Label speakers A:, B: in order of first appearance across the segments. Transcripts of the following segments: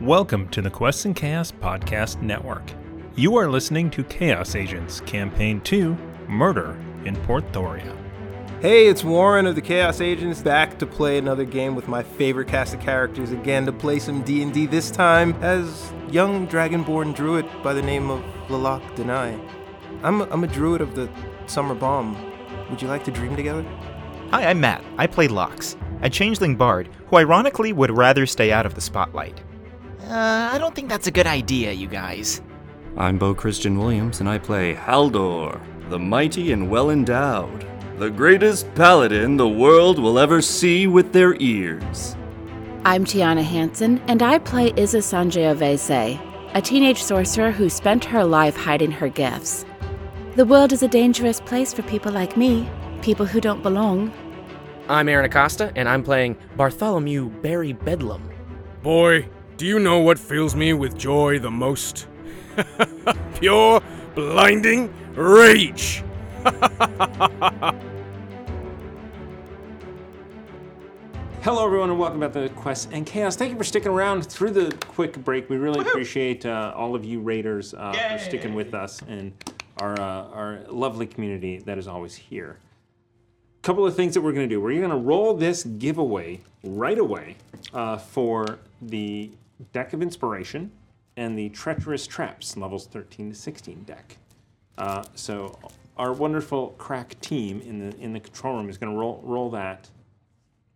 A: Welcome to the Quests and Chaos Podcast Network. You are listening to Chaos Agents Campaign 2 Murder in Port Thoria.
B: Hey, it's Warren of the Chaos Agents back to play another game with my favorite cast of characters again to play some D&D this time as young dragonborn druid by the name of Lalak Denai. I'm a, I'm a druid of the Summer Bomb. Would you like to dream together?
C: Hi, I'm Matt. I play Lox, a changeling bard who ironically would rather stay out of the spotlight.
D: Uh, I don't think that's a good idea, you guys.
E: I'm Bo Christian Williams, and I play Haldor, the mighty and well endowed, the greatest paladin the world will ever see with their ears.
F: I'm Tiana Hansen, and I play Iza Sangiovese, a teenage sorcerer who spent her life hiding her gifts. The world is a dangerous place for people like me, people who don't belong.
G: I'm Aaron Acosta, and I'm playing Bartholomew Barry Bedlam.
H: Boy, do you know what fills me with joy the most? Pure, blinding rage!
I: Hello, everyone, and welcome back to Quest and Chaos. Thank you for sticking around through the quick break. We really appreciate uh, all of you raiders uh, for sticking with us and our uh, our lovely community that is always here. Couple of things that we're going to do. We're going to roll this giveaway right away uh, for the deck of inspiration and the treacherous traps levels 13 to 16 deck. Uh, so our wonderful crack team in the in the control room is going to roll roll that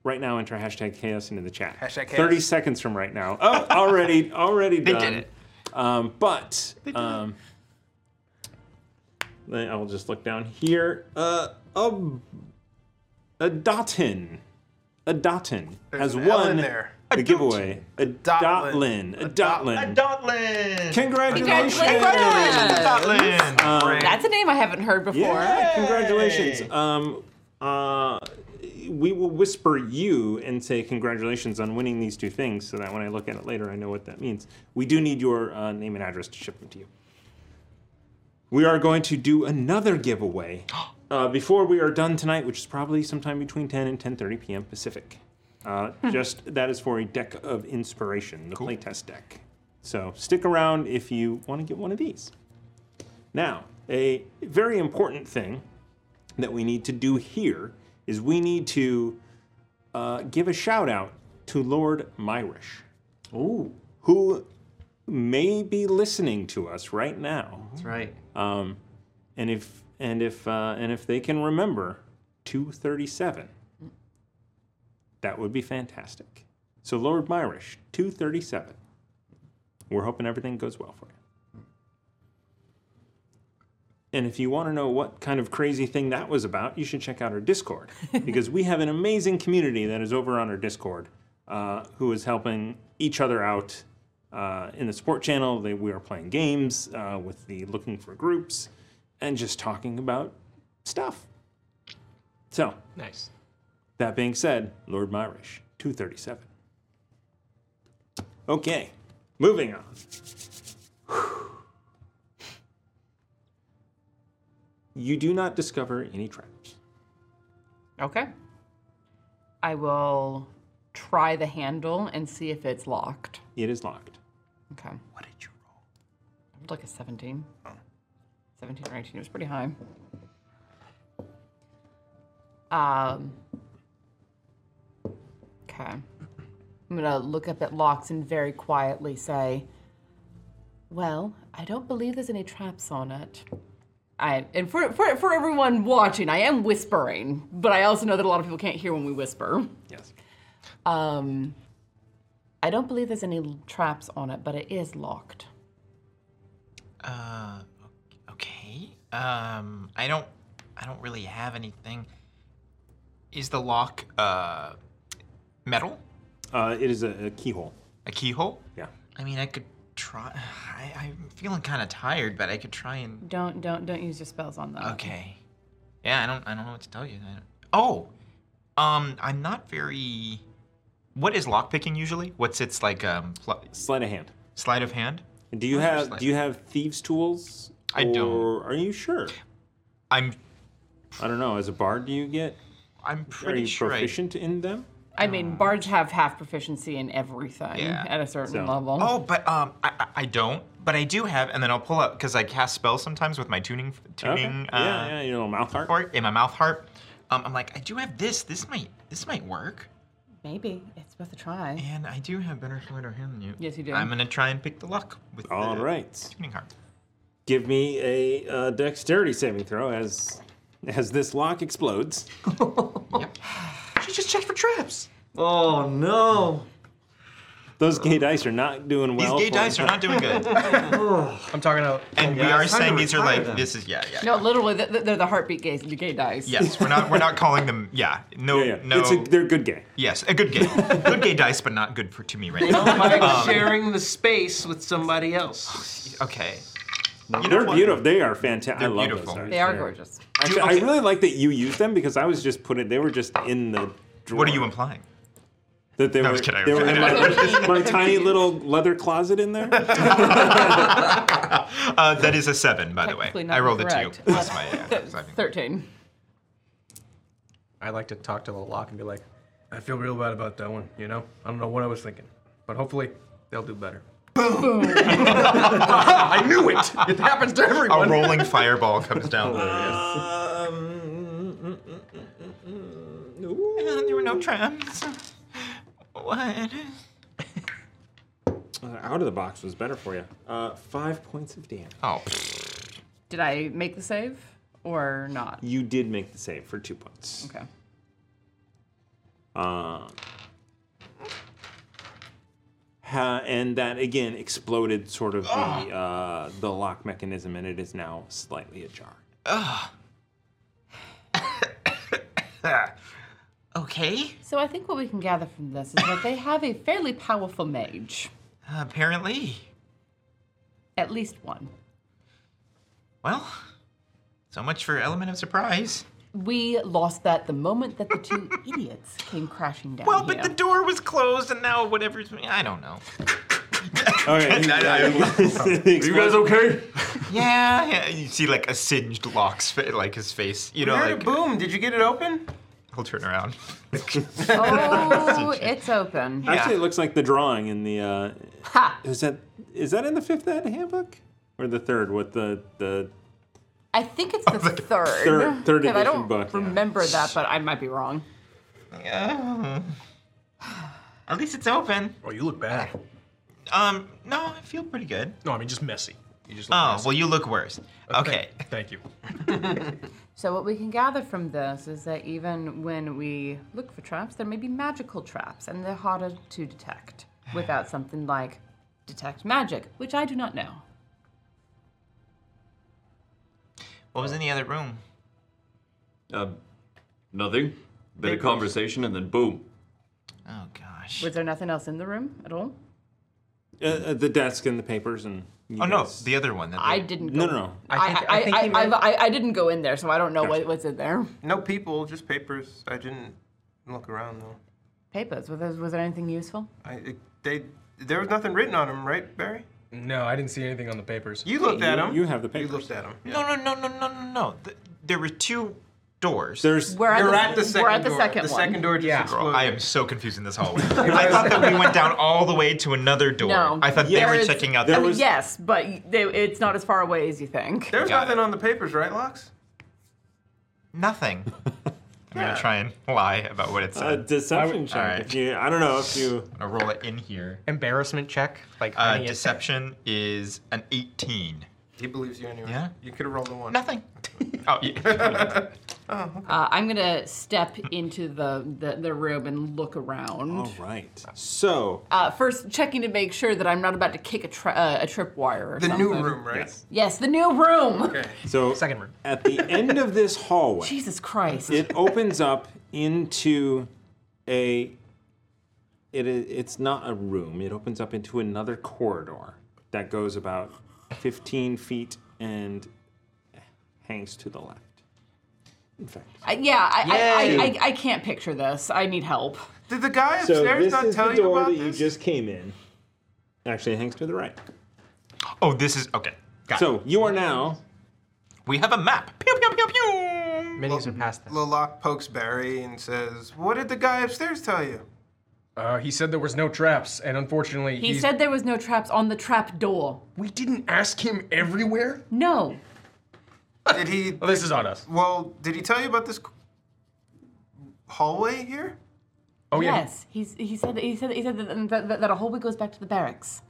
I: right now. Enter hashtag chaos into the chat.
B: Hashtag chaos.
I: 30 seconds from right now. Oh, already already done.
D: did it.
I: Um, but um, then I'll just look down here. Uh, a a Dotin, a Dotin has
B: an L in
I: won
B: there.
I: the giveaway. A Dotlin, a Dotlin.
B: Dotlin!
I: Congratulations!
B: Dotlin!
D: Uh,
J: That's a name I haven't heard before.
I: Yeah, congratulations. Um, uh, we will whisper you and say congratulations on winning these two things, so that when I look at it later, I know what that means. We do need your uh, name and address to ship them to you. We are going to do another giveaway uh, before we are done tonight, which is probably sometime between 10 and 10:30 p.m. Pacific. Uh, just that is for a deck of inspiration, the playtest deck. So stick around if you want to get one of these. Now, a very important thing that we need to do here is we need to uh, give a shout out to Lord Myrish, Ooh. who may be listening to us right now.
D: That's right.
I: Um, and if and if uh, and if they can remember 237, that would be fantastic. So Lord Myrish, 237. We're hoping everything goes well for you. And if you want to know what kind of crazy thing that was about, you should check out our Discord because we have an amazing community that is over on our Discord uh, who is helping each other out uh, in the support channel. They, we are playing games uh, with the looking for groups and just talking about stuff. So,
D: Nice.
I: that being said, Lord Myrish, 237. Okay, moving on. You do not discover any traps.
J: Okay. I will try the handle and see if it's locked.
I: It is locked.
J: Okay. What did Oh. you roll? Like a 17. 17 or 18. It was pretty high. Um. Okay. I'm gonna look up at locks and very quietly say, "Well, I don't believe there's any traps on it." I and for for for everyone watching, I am whispering, but I also know that a lot of people can't hear when we whisper.
I: Yes.
J: Um, I don't believe there's any l- traps on it, but it is locked.
D: Uh, okay. Um, I don't, I don't really have anything. Is the lock uh metal?
I: Uh, it is a, a keyhole.
D: A keyhole?
I: Yeah.
D: I mean, I could try. I, I'm feeling kind of tired, but I could try and.
J: Don't don't don't use your spells on them.
D: Okay. Yeah, I don't. I don't know what to tell you. I don't- oh, um, I'm not very. What is lockpicking usually? What's its like um pl-
I: sleight of hand?
D: Sleight of hand.
I: Do you have Do you have thieves' tools?
D: I don't.
I: Or are you sure?
D: I'm.
I: I don't know. As a bard, do you get?
D: I'm
I: Are
D: pretty
I: you
D: sure I-
I: proficient in them?
J: I mean, bards have half proficiency in everything at a certain
D: So-
J: level.
D: Oh, but um, I, I- I don't. But I do have, and then I'll pull up because I cast spells sometimes with my tuning tuning. uh,
I: Okay. Yeah, yeah, your little mouth harp.
D: Or in my mouth harp. Um, I'm like, I do have this. This might this might work.
J: Maybe it's worth a try.
D: And I do have better sleight of hand than you.
J: Yes, you do.
D: I'm gonna try and pick the luck with
I: All
D: the
I: right.
D: tuning harp.
I: Give me a uh, dexterity saving throw as as this lock explodes.
D: She just checked for traps.
I: Oh no! Those gay dice are not doing
D: These
I: well.
D: gay
I: for-
D: dice are not doing good.
G: I'm talking about.
D: And we
I: Yeah,
D: are
I: it's time to
D: saying these are
I: retire
D: like
I: them.
D: this is yeah yeah.
J: No, literally, th- th- they're the heartbeat gay, gay dice.
D: Yes, we're not we're not calling them yeah no no.
I: It's a, they're good gay.
D: yes, a good game, good gay dice, but not good for to me right
K: They
D: now.
K: don't like
D: Um,
K: sharing the space with somebody else.
D: Okay.
I: they're beautiful. They are fantastic. I love
D: beautiful.
I: those dice.
J: They are gorgeous.
I: Actually, I really like that you used them because I was just putting. They were just in the. Drawer.
D: What are you implying?
I: That they
D: No, I'm
I: were,
D: just kidding.
I: they were in my,
D: I'm
I: my tiny little leather closet in there.
D: Uh, that is a seven, by the way.
J: Technically not
D: I rolled
J: correct.
D: a two. That's my, yeah, that's my-
J: Thirteen.
L: I'd like to talk to Lalak and be like, I feel real bad about that one, you know? I don't know what I was thinking. But hopefully, they'll do better.
G: I
L: knew it! It happens to everyone.
D: A rolling fireball comes down.
I: Um,
D: Uh, there were no traps. What?
I: Uh, out of the box was better for you. Uh, five points of damage.
D: Oh.
J: Did I make the save or not?
I: You did make the save for two points.
J: Okay.
I: Um, ha- and that again exploded sort of the uh, the lock mechanism, and it is now slightly ajar.
D: Ugh. okay.
J: So I think what we can gather from this is that they have a fairly powerful mage.
D: Apparently.
J: At least one.
D: Well, so much for element of surprise.
J: We lost that the moment that the two idiots came crashing down.
D: Well,
J: here.
D: but the door was closed, and now whatever's. I don't know.
I: All
D: Oh,
I: right. you guys okay?
D: Yeah, yeah. You see, like a singed locks, fa- like his face. You know,
B: We heard a
D: like
B: boom. Did you get it open?
D: he'll turn around.
J: oh, it's open.
I: Actually, it looks like the drawing in the. Uh,
J: Ha!
I: Is that is that in the fifth ed handbook or the third? What the the
J: I think it's the third.
I: third- third
J: 'cause I
I: edition
J: don't
I: book, yeah.
J: remember that, but I might be wrong.
D: Yeah. At least it's open.
L: Oh, you look bad.
D: Um, no, I feel pretty good.
L: No, I mean, just messy. You just look
D: Oh,
L: messy.
D: well, you look worse. Okay.
L: Thank you.
J: So what we can gather from this is that even when we look for traps, there may be magical traps, and they're harder to detect without something like detect magic, which I do not know.
D: What was in the other room?
E: Uh, nothing. Bit of conversation, and then boom.
D: Oh gosh.
J: Was there nothing else in the room at all?
I: uh, uh, the desk and the papers and. you
D: Oh, no,
I: guys-
D: the other one.
J: I didn't. Go,
I: No, no, no.
J: I
B: think-
J: I,
B: I think
J: I,
B: he
J: I,
B: meant-
J: I, I didn't go in there, so I don't know what was in there.
B: No people, just papers. I didn't look around though.
J: Papers. Was there, was there anything useful?
B: I it, they there was nothing written on them, right, Barry?
L: No, I didn't see anything on the papers.
B: You looked at them.
I: You have the papers.
B: You looked at them.
D: No, no, no, no, no, no, no. Th- there were two doors.
I: There's.
J: We're at
B: You're
J: the-
B: at the second
J: we're at the
B: door.
J: second
B: The
J: one.
B: second door just
D: Yeah. Girl,
B: exploded.
D: I am so confused in this hallway. I thought that we went down all the way to another door.
J: No.
D: I thought
J: There
D: they were
J: is-
D: checking out.
J: I mean, yes, but y- they, it's not as far away as you think.
B: There's
D: Got
B: nothing on the papers, right, Locks?
D: Nothing. I'm gonna try and lie about what it
I: A
B: Uh,
D: said.
I: deception check.
D: All right.
I: If you, I don't know if you.
D: I'm gonna roll it in here.
L: Embarrassment check. Like,
D: Uh,
L: hiding it.
D: deception is an 18.
B: He believes you anyway.
D: Yeah?
B: You could have rolled a one.
D: Nothing. Oh, yeah.
J: Uh, I'm gonna step into the, the, the room and look around.
B: Oh.
I: All right. So.
J: Uh, first, checking to make sure that I'm not about to kick a, tri- uh, a tripwire. Or
B: The
J: something.
B: new room, right?
J: Yes, the new room.
I: So second room. At the end of this hallway,
J: Jesus Christ.
I: it opens up into a it i- it's not a room. It opens up into another corridor that goes about 15 feet and hangs to the left. In fact,
J: I, yeah, I, I, I,
I: Yay.
J: I, I can't picture this. I need help.
K: Did the guy
I: so this is the door that you just came in. Actually, it hangs to the right.
D: Oh, this is okay. Got
I: so you are now.
D: We have a map. Pew pew pew pew.
B: Minis are past that. Lilac pokes Barry and says, "What did the guy upstairs tell you?"
L: Uh, he said there was no traps, and unfortunately,
J: He
L: he's-
J: said there was no traps on the trap door.
L: We didn't ask him everywhere.
J: No.
B: Did he?
L: Well, this is on us.
B: Well, did he tell you about this hallway here?
L: Oh, yeah.
J: yes. He's, he said he said he said that, that, that, that a hallway goes back to the barracks.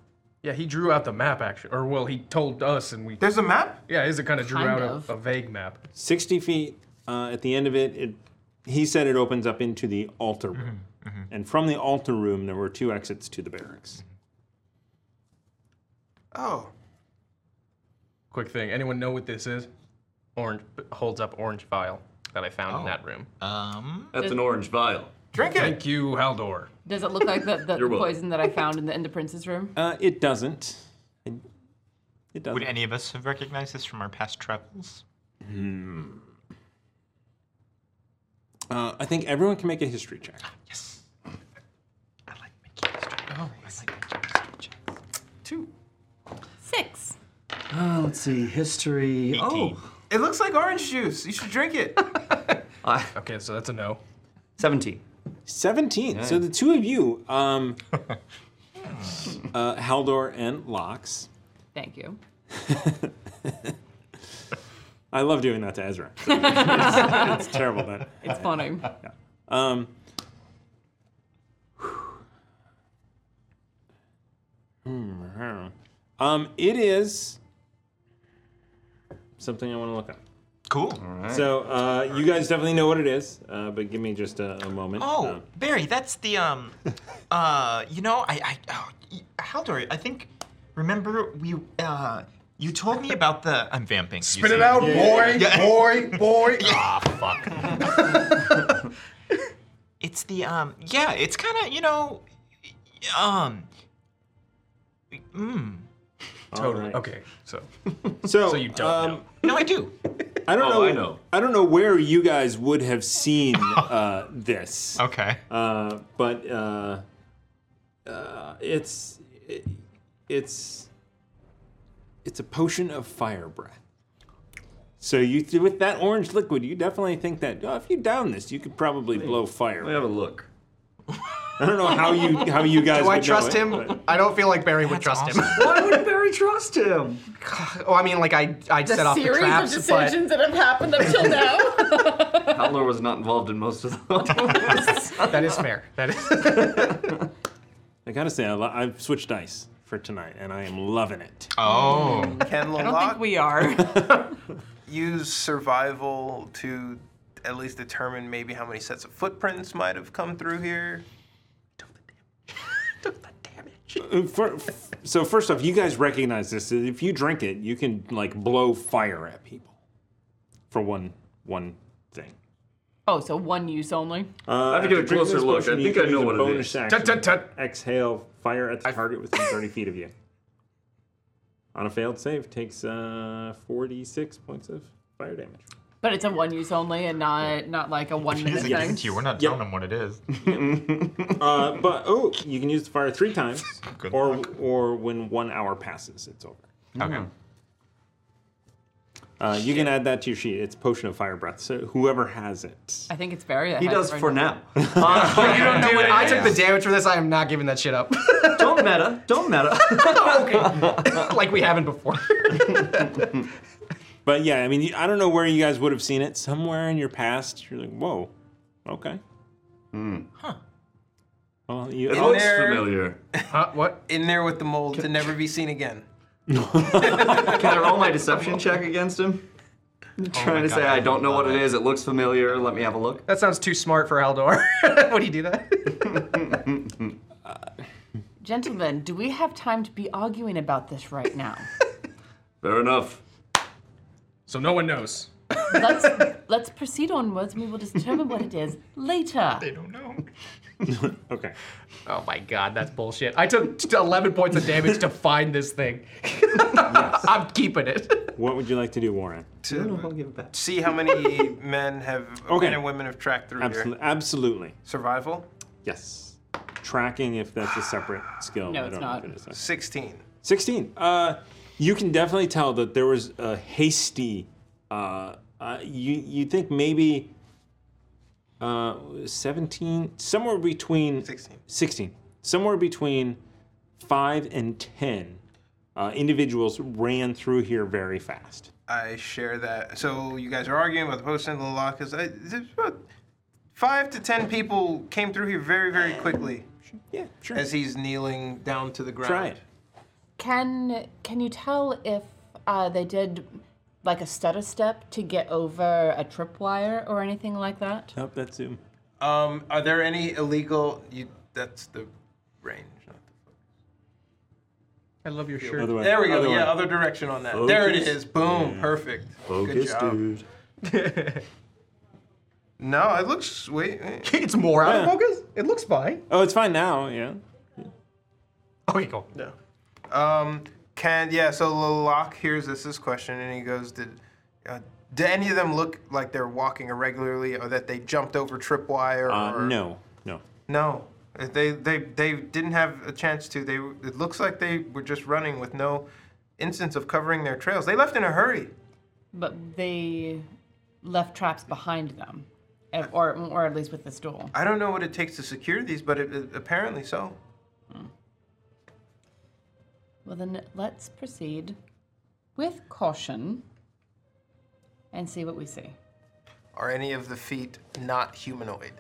L: Yeah, he drew out the map actually, or well, he told us, and we.
B: There's a map.
L: Yeah, Izzy kind of drew
J: Kind
L: out
J: of.
L: A, a vague map.
I: 60 feet uh, at the end of it, it he said it opens up into the altar room
D: Mm-hmm,
I: and from the altar room there were two exits to the barracks
B: Oh.
L: Quick thing. Anyone know what this is? Orange holds up orange vial that I
B: Oh.
L: found in that room.
B: Uh,
D: Um.
J: That's an orange
L: vial.
B: Drink it.
L: Thank you, Haldor.
J: Does it look like the, the,
L: You're
J: the
L: welcome.
J: poison that I found in the in the prince's room?
I: uh, it doesn't it, it doesn't
D: Would any of us have recognized this from our past travels?
I: Hmm. Uh, i think everyone can make a history check
D: yes
J: Two. Six.
E: Uh, let's see, history. Oh,
B: It looks like orange juice. You should drink it.
L: okay, so that's a no.
E: 17.
I: 17 so the two of you um, uh, haldor and lox
J: Thank you.
I: i love doing that to ezra it's, it's terrible but
J: It's funny.
I: Um, hmm, I don't know. um, it is something I want to look up.
D: Cool.
I: So uh, you guys definitely know what it is, uh, but give me just a, a moment.
D: Oh,
I: Um,
D: Barry, that's the um, uh, you know, I, I, oh, y- Haldor, I think, remember we, uh, you told me about the. I'm vamping. you
K: Spit it
D: see.
K: out, boy, boy, boy.
D: Ah, fuck. it's the um, yeah, it's kind of you know, um, mm.
L: Totally.
I: Alright.
L: Okay, so
I: so,
L: you don't
I: um,
D: No, I do.
I: I don't
D: Oh,
I: know.
D: I know.
I: I don't know where you guys would have seen uh, this.
D: Okay.
I: Uh, but uh, uh, it's it, it's it's a potion of fire breath. So you th- with that orange liquid, you definitely think that oh, if you down this, you could probably blow fire. Let me have a look. I don't know how you how you guys.
K: Do I
I: would know
K: trust
I: it,
K: him?
I: but-
K: I don't feel like Barry would trust him.
E: Why would Barry trust him?
K: oh, I mean, like I, I set off the traps, but
J: that have happened up till now.
E: Howler was not involved in most of them.
K: that is fair. That is.
I: I gotta say, I lo- I've switched dice for tonight, and I am loving it.
D: Oh.
B: Can
J: I don't think
B: Lalak
J: we are.
B: use survival to at least determine maybe how many sets of footprints might have come through here?
I: Uh, fir- f- so first off, you guys recognize this. If you drink it, you can like blow fire at people. For one one thing.
J: Oh, so one use only.
I: Uh, I
E: have to get a closer look. I think I know what it
I: bonus
E: is.
I: Action,
E: Tut, tut,
I: Exhale fire at the target within 30 feet of you. On a failed save, takes uh, 46 points of fire damage.
J: But it's a one use only and not not like a one minute
D: He's
J: thing.
D: against you. We're not telling him what it is.
I: uh, but oh, you can use the fire three times, or or when one hour passes, it's over.
D: Okay.
I: Uh, you can add that to your sheet. It's potion of fire breath. So whoever has it.
J: I think it's Barry. that
I: He
J: has
I: does
J: it right
I: for
K: But you don't know what I took the damage for this. I am not giving that shit up.
E: don't meta. Don't meta.
K: okay. like we haven't before.
I: But yeah, I mean, you- I don't know where you guys would have seen it. Somewhere in your past, you're like, whoa, okay. Hmm. Huh. Well, you, oh,
B: It looks familiar.
L: Huh? What?
B: In there with the mold to never be seen again.
E: Can I roll my deception check against him? Trying to say, I don't know what it is. It looks familiar. Let me have a look.
K: That sounds too smart for Haldor. Would he do that?
J: Gentlemen, do we have time to be arguing about this right now?
E: Fair enough.
L: So no one knows.
J: Let's let's proceed onwards, and we will determine what it is later. They
M: don't know.
I: Okay.
L: Oh my god, that's bullshit. I took t- 11 points of damage to find this thing. I'm keeping it.
I: What would you like to do, Warren?
N: See how many men have
I: Okay.
N: men and women have tracked through
I: Absolutely.
N: here.
I: Absolutely.
N: Survival.
I: Yes. Tracking, if that's a separate skill.
N: No,
I: I
N: it's
I: don't know
N: not.
I: if it is.
N: 16.
I: 16. Uh, you can definitely tell that there was a hasty. Uh, uh, you you think maybe uh, 17, somewhere between 16. 16. Somewhere between 5 and 10 uh, individuals ran through here very fast.
N: I share that. So you guys are arguing about the post and the law because there's about five to ten people came through here very, very quickly.
I: Yeah, sure.
N: As he's kneeling down to the ground.
I: Try it.
J: Can can you tell if uh, they did like a stutter step to get over a tripwire or anything like that?
I: Nope, that's him.
N: Um, are there any illegal? You, that's the range. Not
O: I love your
N: the
O: shirt.
N: other way. There we go. yeah, other direction on that. There it
O: Focus.
N: is. Boom.
O: Yeah.
N: Perfect. Good
O: Focus,
N: job.
O: dude.
N: no, it looks. Wait.
L: it's more
I: out of Yeah.
L: focus. It looks fine.
I: Oh, it's fine now, yeah.
L: Okay, cool.
N: Yeah. Um, can yeah. So Locke hears this, this question, and he goes, "Did uh, do any of them look like they're walking irregularly, or that they jumped over tripwire?"
I: Uh,
N: or...
I: no, no.
N: No, they they they didn't have a chance to. They it looks like they were just running with no instance of covering their trails. They left in a hurry.
J: But they left traps behind them, eh, or or at least with this door.
N: I don't know what it takes to secure these, but it, it- apparently so.
J: Well, then let's proceed with caution and see what we see.
N: Are any of the feet not humanoid?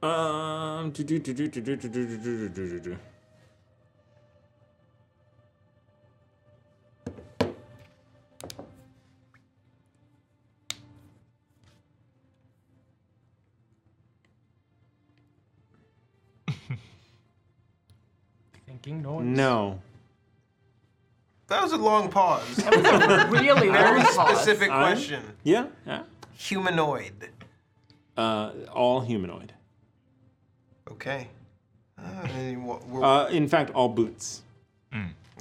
I: Um, do, do, do, do, do, do, do, do, do, do, do, do, do.
O: Thinking noise.
I: No.
N: That was a long pause. That
J: was a really
N: very
J: long pause.
N: specific
I: I'm-
N: question.
I: Yeah, yeah.
N: Humanoid.
I: Uh, all humanoid.
N: Okay. Uh, and you wa- we're-
I: Uh, in fact, all boots.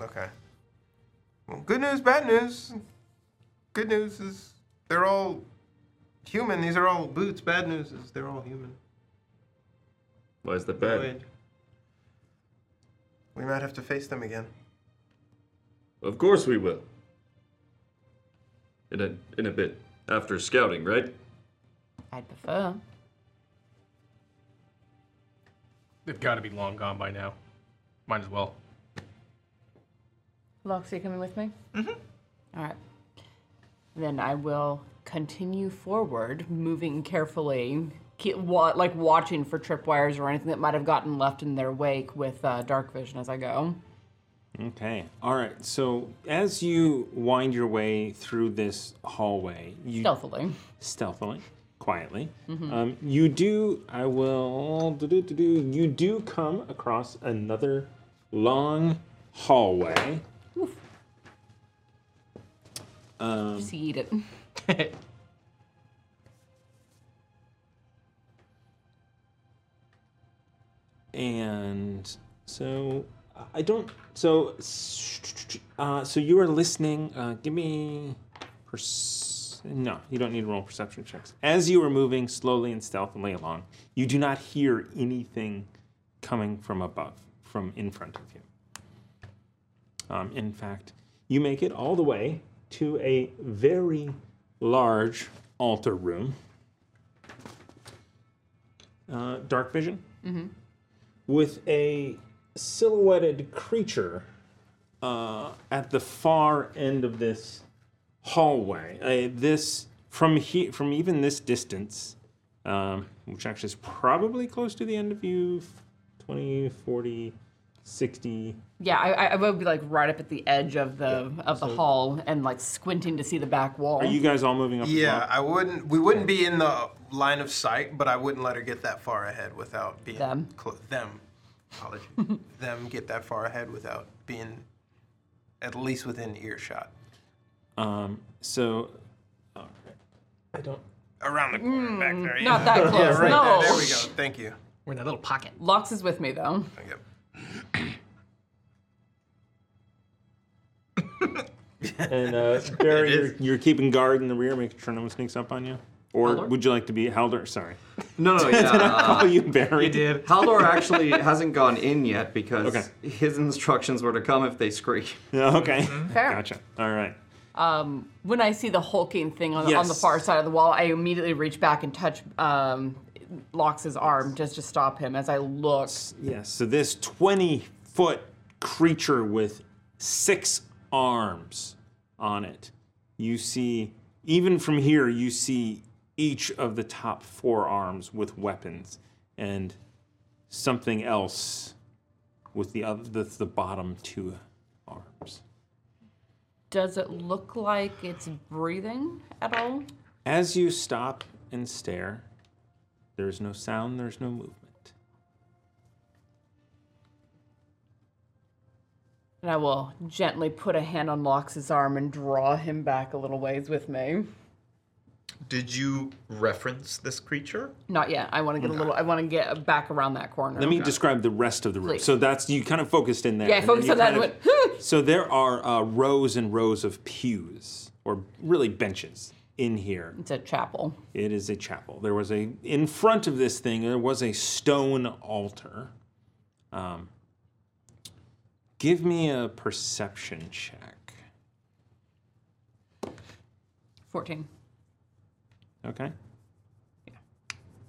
N: okay. Well, good news, bad news. Good news is they're all human. These are all boots. Bad news is they're all human.
P: Why is that bad?
N: Wait. We might have to face them again.
P: Of course we will. In a in a bit after scouting, right?
J: I'd prefer.
O: They've got to be long gone by now. Might as well.
J: Lox, are you coming with me? Mm-hmm. right. Then I will continue forward, moving carefully, keep, wa- like watching for tripwires or anything that might have gotten left in their wake with uh, dark vision as I go.
I: Okay. All right. So as you wind your way through this hallway, you
J: Stealthily.
I: stealthily, quietly,
J: Mhm.
I: um, you do. I will. do-do-do-do, You do come across another long hallway. Um,
J: Just eat it.
I: and so I don't. So uh, so you are listening. Uh, give me. perce- no, you don't need to roll perception checks. As you are moving slowly and stealthily along, you do not hear anything coming from above, from in front of you. Um, in fact, you make it all the way to a very large altar room. Uh, dark vision
J: mm-hmm.
I: with a silhouetted creature uh, at the far end of this hallway. Uh, this from here, from even this distance, um, which actually is probably close to the end of you, 20, 40, 60.
J: Yeah, I, I- I would be like right up at the edge of the of the
I: so-
J: hall and like squinting to see the back wall.
I: Are you guys all moving up? as
N: Yeah,
I: well?
N: I wouldn't. We wouldn't be in the line of sight, but I wouldn't let her get that far ahead without being
J: Them.
N: clo- them. Apology. them get that far ahead without being at least within earshot.
I: Um, so
L: I don't.
B: Around the corner, back there.
J: Mm, not that
B: Yeah,
J: close,
B: right
J: no.
B: There, there we go. Thank you.
K: We're in that little pocket.
J: Lox is with me though.
I: And uh, Barry, you're, you're keeping guard in the rear, making sure no one sneaks up on you. Or
J: Haldor?
I: would you like to be Haldor? Sorry.
Q: No, no,
I: Did
Q: yeah.
I: I call
Q: uh,
I: you Barry?
Q: Haldor actually hasn't gone in yet because his instructions were to come if they scream.
I: Okay.
J: Fair.
I: Gotcha. All right.
J: Um, when I see the hulking thing on, on the
I: Yes.
J: far side of the wall, I immediately reach back and touch um, Lox's arm just to stop him as I look.
I: Yes. So this 20 foot creature with six arms on it, you see, even from here, you see each of the top four arms with weapons and something else with the other, the, the bottom two arms.
J: Does it look like it's breathing at all?
I: As you stop and stare, there is no sound, there's no movement.
J: And I will gently put a hand on Lox's arm and draw him back a little ways with me.
D: Did you reference this creature?
J: Not yet. I want to get a little. I want to get back around that corner.
I: Mm. Let me describe the rest of the room.
J: Please.
I: So that's you kind of focused in there.
J: Yeah, I
I: and then
J: focused
I: you
J: on that
I: kind
J: and
I: of- so there are uh, rows and rows of pews, or really benches, in here.
J: It's a chapel.
I: It is a chapel. There was a in front of this thing. There was a stone altar. Um, give me a perception check.
J: Fourteen.
I: Okay. Yeah.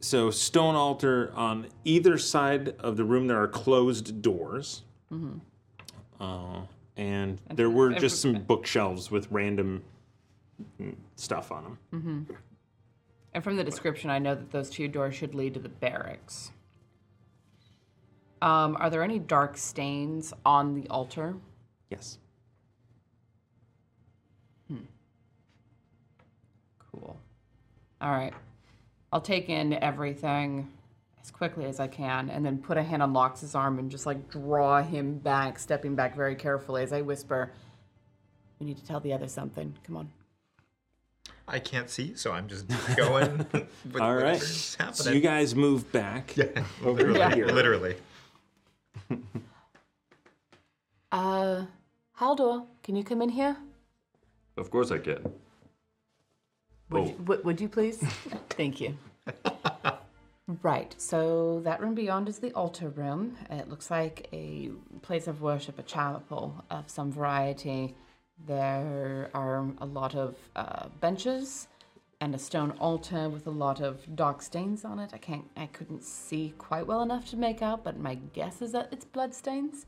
I: So stone altar on either side of the room. There are closed doors.
J: Mm-hmm.
I: Uh, and there were just some bookshelves with random mm, stuff on them.
J: Mm-hmm. And from the description, I know that those two doors should lead to the barracks. Um, are there any dark stains on the altar?
I: Yes.
J: Cool. All right. I'll take in everything as quickly as I can and then put a hand on Lox's arm and just like draw him back, stepping back very carefully as I whisper, We need to tell the other something. Come on.
D: I can't see, so I'm just going with
I: All right.
D: whatever's happening.
I: So you guys move back. Yeah. Over
D: literally,
I: here.
D: literally.
J: Uh, Haldor, can you come in here?
E: Of course I can.
J: Would, you, would, would you please? Oh. Thank you. Right, so that room beyond is the altar room. It looks like a place of worship, a chapel of some variety. There are a lot of uh, benches and a stone altar with a lot of dark stains on it. I can't, I couldn't see quite well enough to make out, but my guess is that it's blood stains,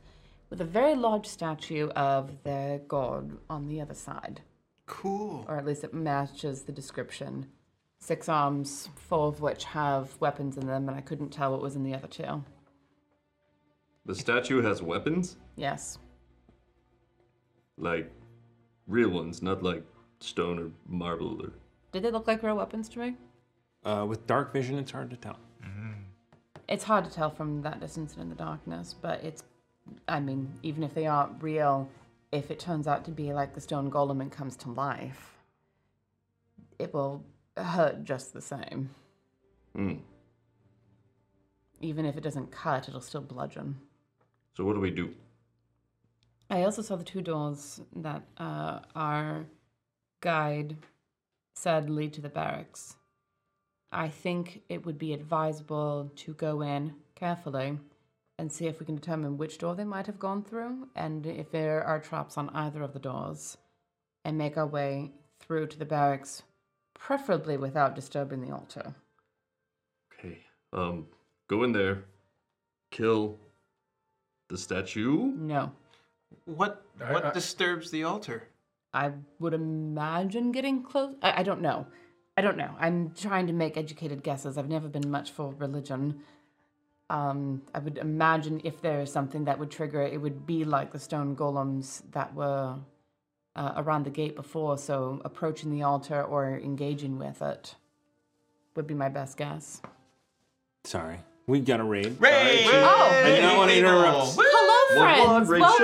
J: with a very large statue of their god on the other side.
Q: Cool.
J: Or at least it matches the description. Six arms, four of which have weapons in them, and I couldn't tell what was in the other two.
E: The statue has weapons?
J: Yes.
E: Like real ones, not like stone or marble or
J: Did they look like real weapons to me?
I: Uh, with dark vision, it's hard to tell.
J: It's hard to tell from that distance and in the darkness, but it's. I mean, even if they aren't real, if it turns out to be like the stone golem and comes to life, it will hurt just the same.
E: Mm.
J: Even if it doesn't cut, it'll still bludgeon.
E: So what do we do?
J: I also saw the two doors that uh, our guide said lead to the barracks. I think it would be advisable to go in carefully and see if we can determine which door they might have gone through and if there are traps on either of the doors and make our way through to the barracks, preferably without disturbing the altar.
E: Okay. Um go in there. Kill the statue?
J: No.
Q: What what disturbs the altar?
J: I would imagine getting close. I, I don't know. I don't know. I'm trying to make educated guesses. I've never been much for religion. Um, I would imagine if there is something that would trigger it, it would be like the stone golems that were uh, around the gate before, so approaching the altar or engaging with it would be my best guess.
I: Sorry. We got a raid.
J: Raid!
I: Sorry.
J: Oh!
I: I did not want to
J: Raid!
I: interrupt.
J: Hello,
I: We're-
J: friends!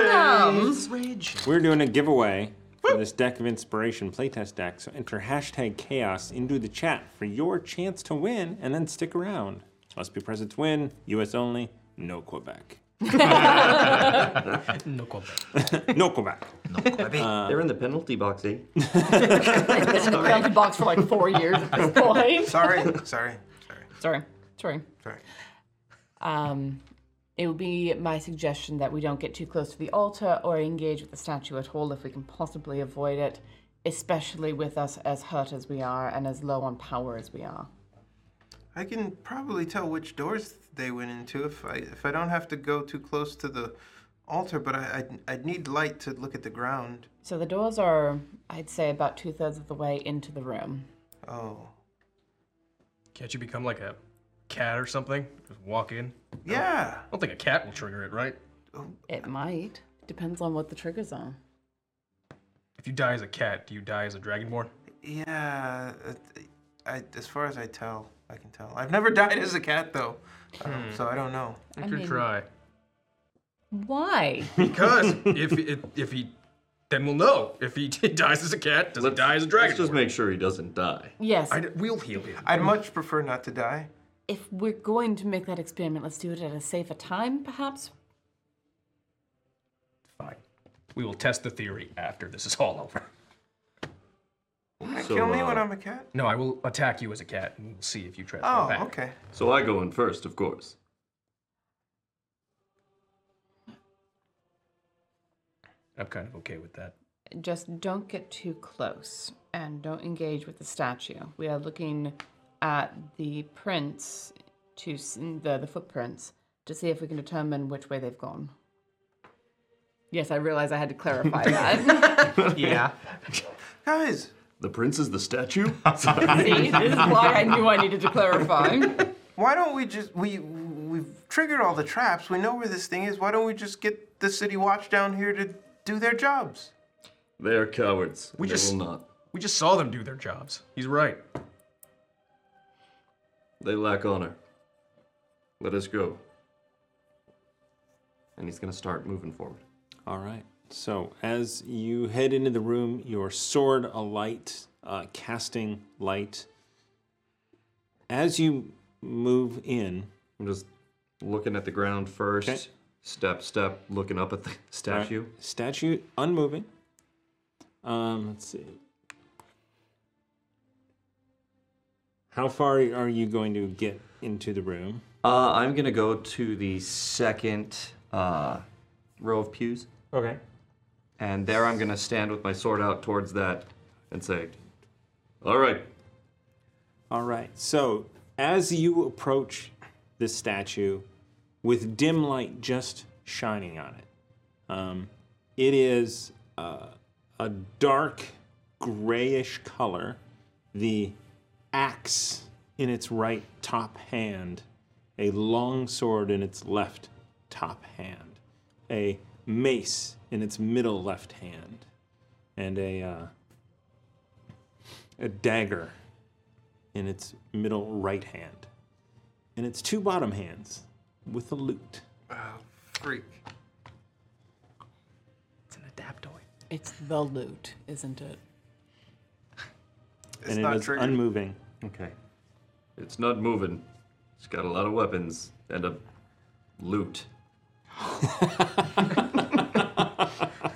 J: Welcome!
I: We're doing a giveaway. this deck of inspiration playtest deck. So enter hashtag chaos into the chat for your chance to win, and then stick around. Must be present to win. U.S. only. No Quebec.
R: no comment.
I: no Quebec. No
E: Quebec. They're in the penalty box, eh?
J: It's been around the box for like four years at this point.
N: Sorry, sorry.
J: Sorry. Sorry.
N: Sorry.
J: Um, it would be my suggestion that we don't get too close to the altar or engage with the statue at all if we can possibly avoid it, especially with us as hurt as we are and as low on power as we are.
N: I can probably tell which doors they went into if I if I don't have to go too close to the altar, but I I'd, I'd need light to look at the ground.
J: So the doors are, I'd say, about two thirds of the way into the room.
N: Oh.
L: Can't you become like a cat or something? Just walk in.
N: Yeah.
L: I don't think a cat will trigger it, right?
J: It might. Depends on what the triggers are.
L: If you die as a cat, do you die as a dragonborn?
N: Yeah, I, I- as far as I tell, I can tell. I've never died as a cat though, um,
L: Hmm.
N: so I don't know.
L: You
J: I
L: could
J: mean-
L: try.
J: Why?
L: Because if, if if he, then we'll know. If he dies as a cat, does he die as a dragon? Let's just
S: make sure he doesn't die.
J: Yes.
L: I'd, we'll heal him.
N: I'd much prefer not to die.
J: If we're going to make that experiment, let's do it at a safer time, perhaps.
L: We will test the theory after this is all over.
N: Kill me
I: uh,
N: when I'm a cat.
L: No, I will attack you as a cat, and we'll see if you try to
N: Oh,
L: fight back.
N: okay.
S: So I go in first, of course.
L: I'm kind of okay with that.
J: Just don't get too close and don't engage with the statue. We are looking at the prints to s- the the footprints to see if we can determine which way they've gone. Yes, I realize I had to clarify that.
S: Yeah.
N: Guys.
S: The prince is the statue?
J: See, this is why I knew I needed to clarify.
N: Why don't we just we we've triggered all the traps. We know where this thing is. Why don't we just get the city watch down here to do their jobs?
S: They are cowards.
L: We
S: We
L: just-
S: just will not.
L: We just saw them do their jobs. He's right.
S: They lack honor. Let us go.
E: And he's gonna start moving forward.
I: All right. So as you head into the room, your sword alight, uh, casting light. As you move in,
E: I'm just looking at the ground first. Step, step, looking up at the statue.
I: Alright, Statue unmoving. Um, let's see. How far are you going to get into the room?
E: Uh, I'm gonna go to the second uh, row of pews.
I: Okay.
E: And there I'm gonna stand with my sword out towards that and say,
S: All right.
I: All right. So as you approach this statue, with dim light just shining on it, um, it is uh, a dark grayish color. The axe in its right top hand, a long sword in its left top hand, a mace in its middle left hand, and a uh, a dagger in its middle right hand, and its two bottom hands with a loot.
N: Freak.
J: It's the loot, isn't it?
S: It's
I: and
S: not
I: it is
S: triggered.
I: unmoving.
E: Okay.
S: It's not moving. It's got a lot of weapons and a loot.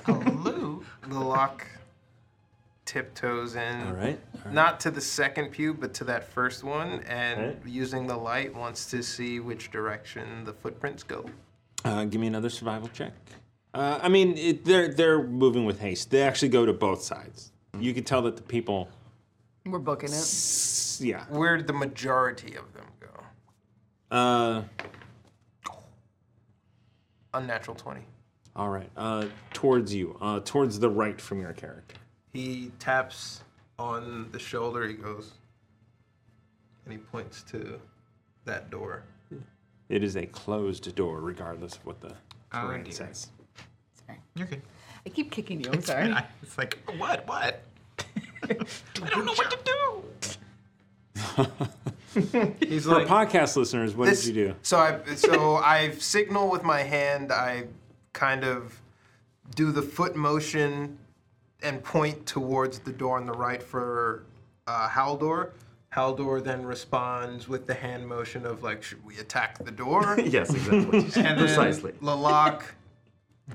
N: The lock tiptoes in.
I: All right,
N: Not to the second pew, but to that first one, and
I: Alright.
N: using the light wants to see which direction the footprints go.
I: Uh, give me another survival check. Uh, I mean, it, they're they're moving with haste. They actually go to both sides. You can tell that the people.
J: We're booking it.
I: Yeah.
N: Where'd the majority of them go?
I: Uh,
N: Unnatural 20.
I: all right. Uh, towards you. Uh, towards the right from your character.
N: He taps on the shoulder, he goes, and he points to that door.
I: It is a closed door, regardless of what the
N: Oh,
I: terrain
N: dear.
I: says.
D: You're good.
J: I keep kicking you. I'm sorry.
D: It's like, what? What? I don't know what to do.
N: He's
I: For
N: like,
I: podcast listeners, what
N: This-
I: did you do?
N: So I so I signal with my hand. I kind of do the foot motion and point towards the door on the right for uh, Haldor. Haldor then responds with the hand motion of like, should we attack the door?
E: Yes, exactly.
N: and
E: Precisely.
N: Then Lalak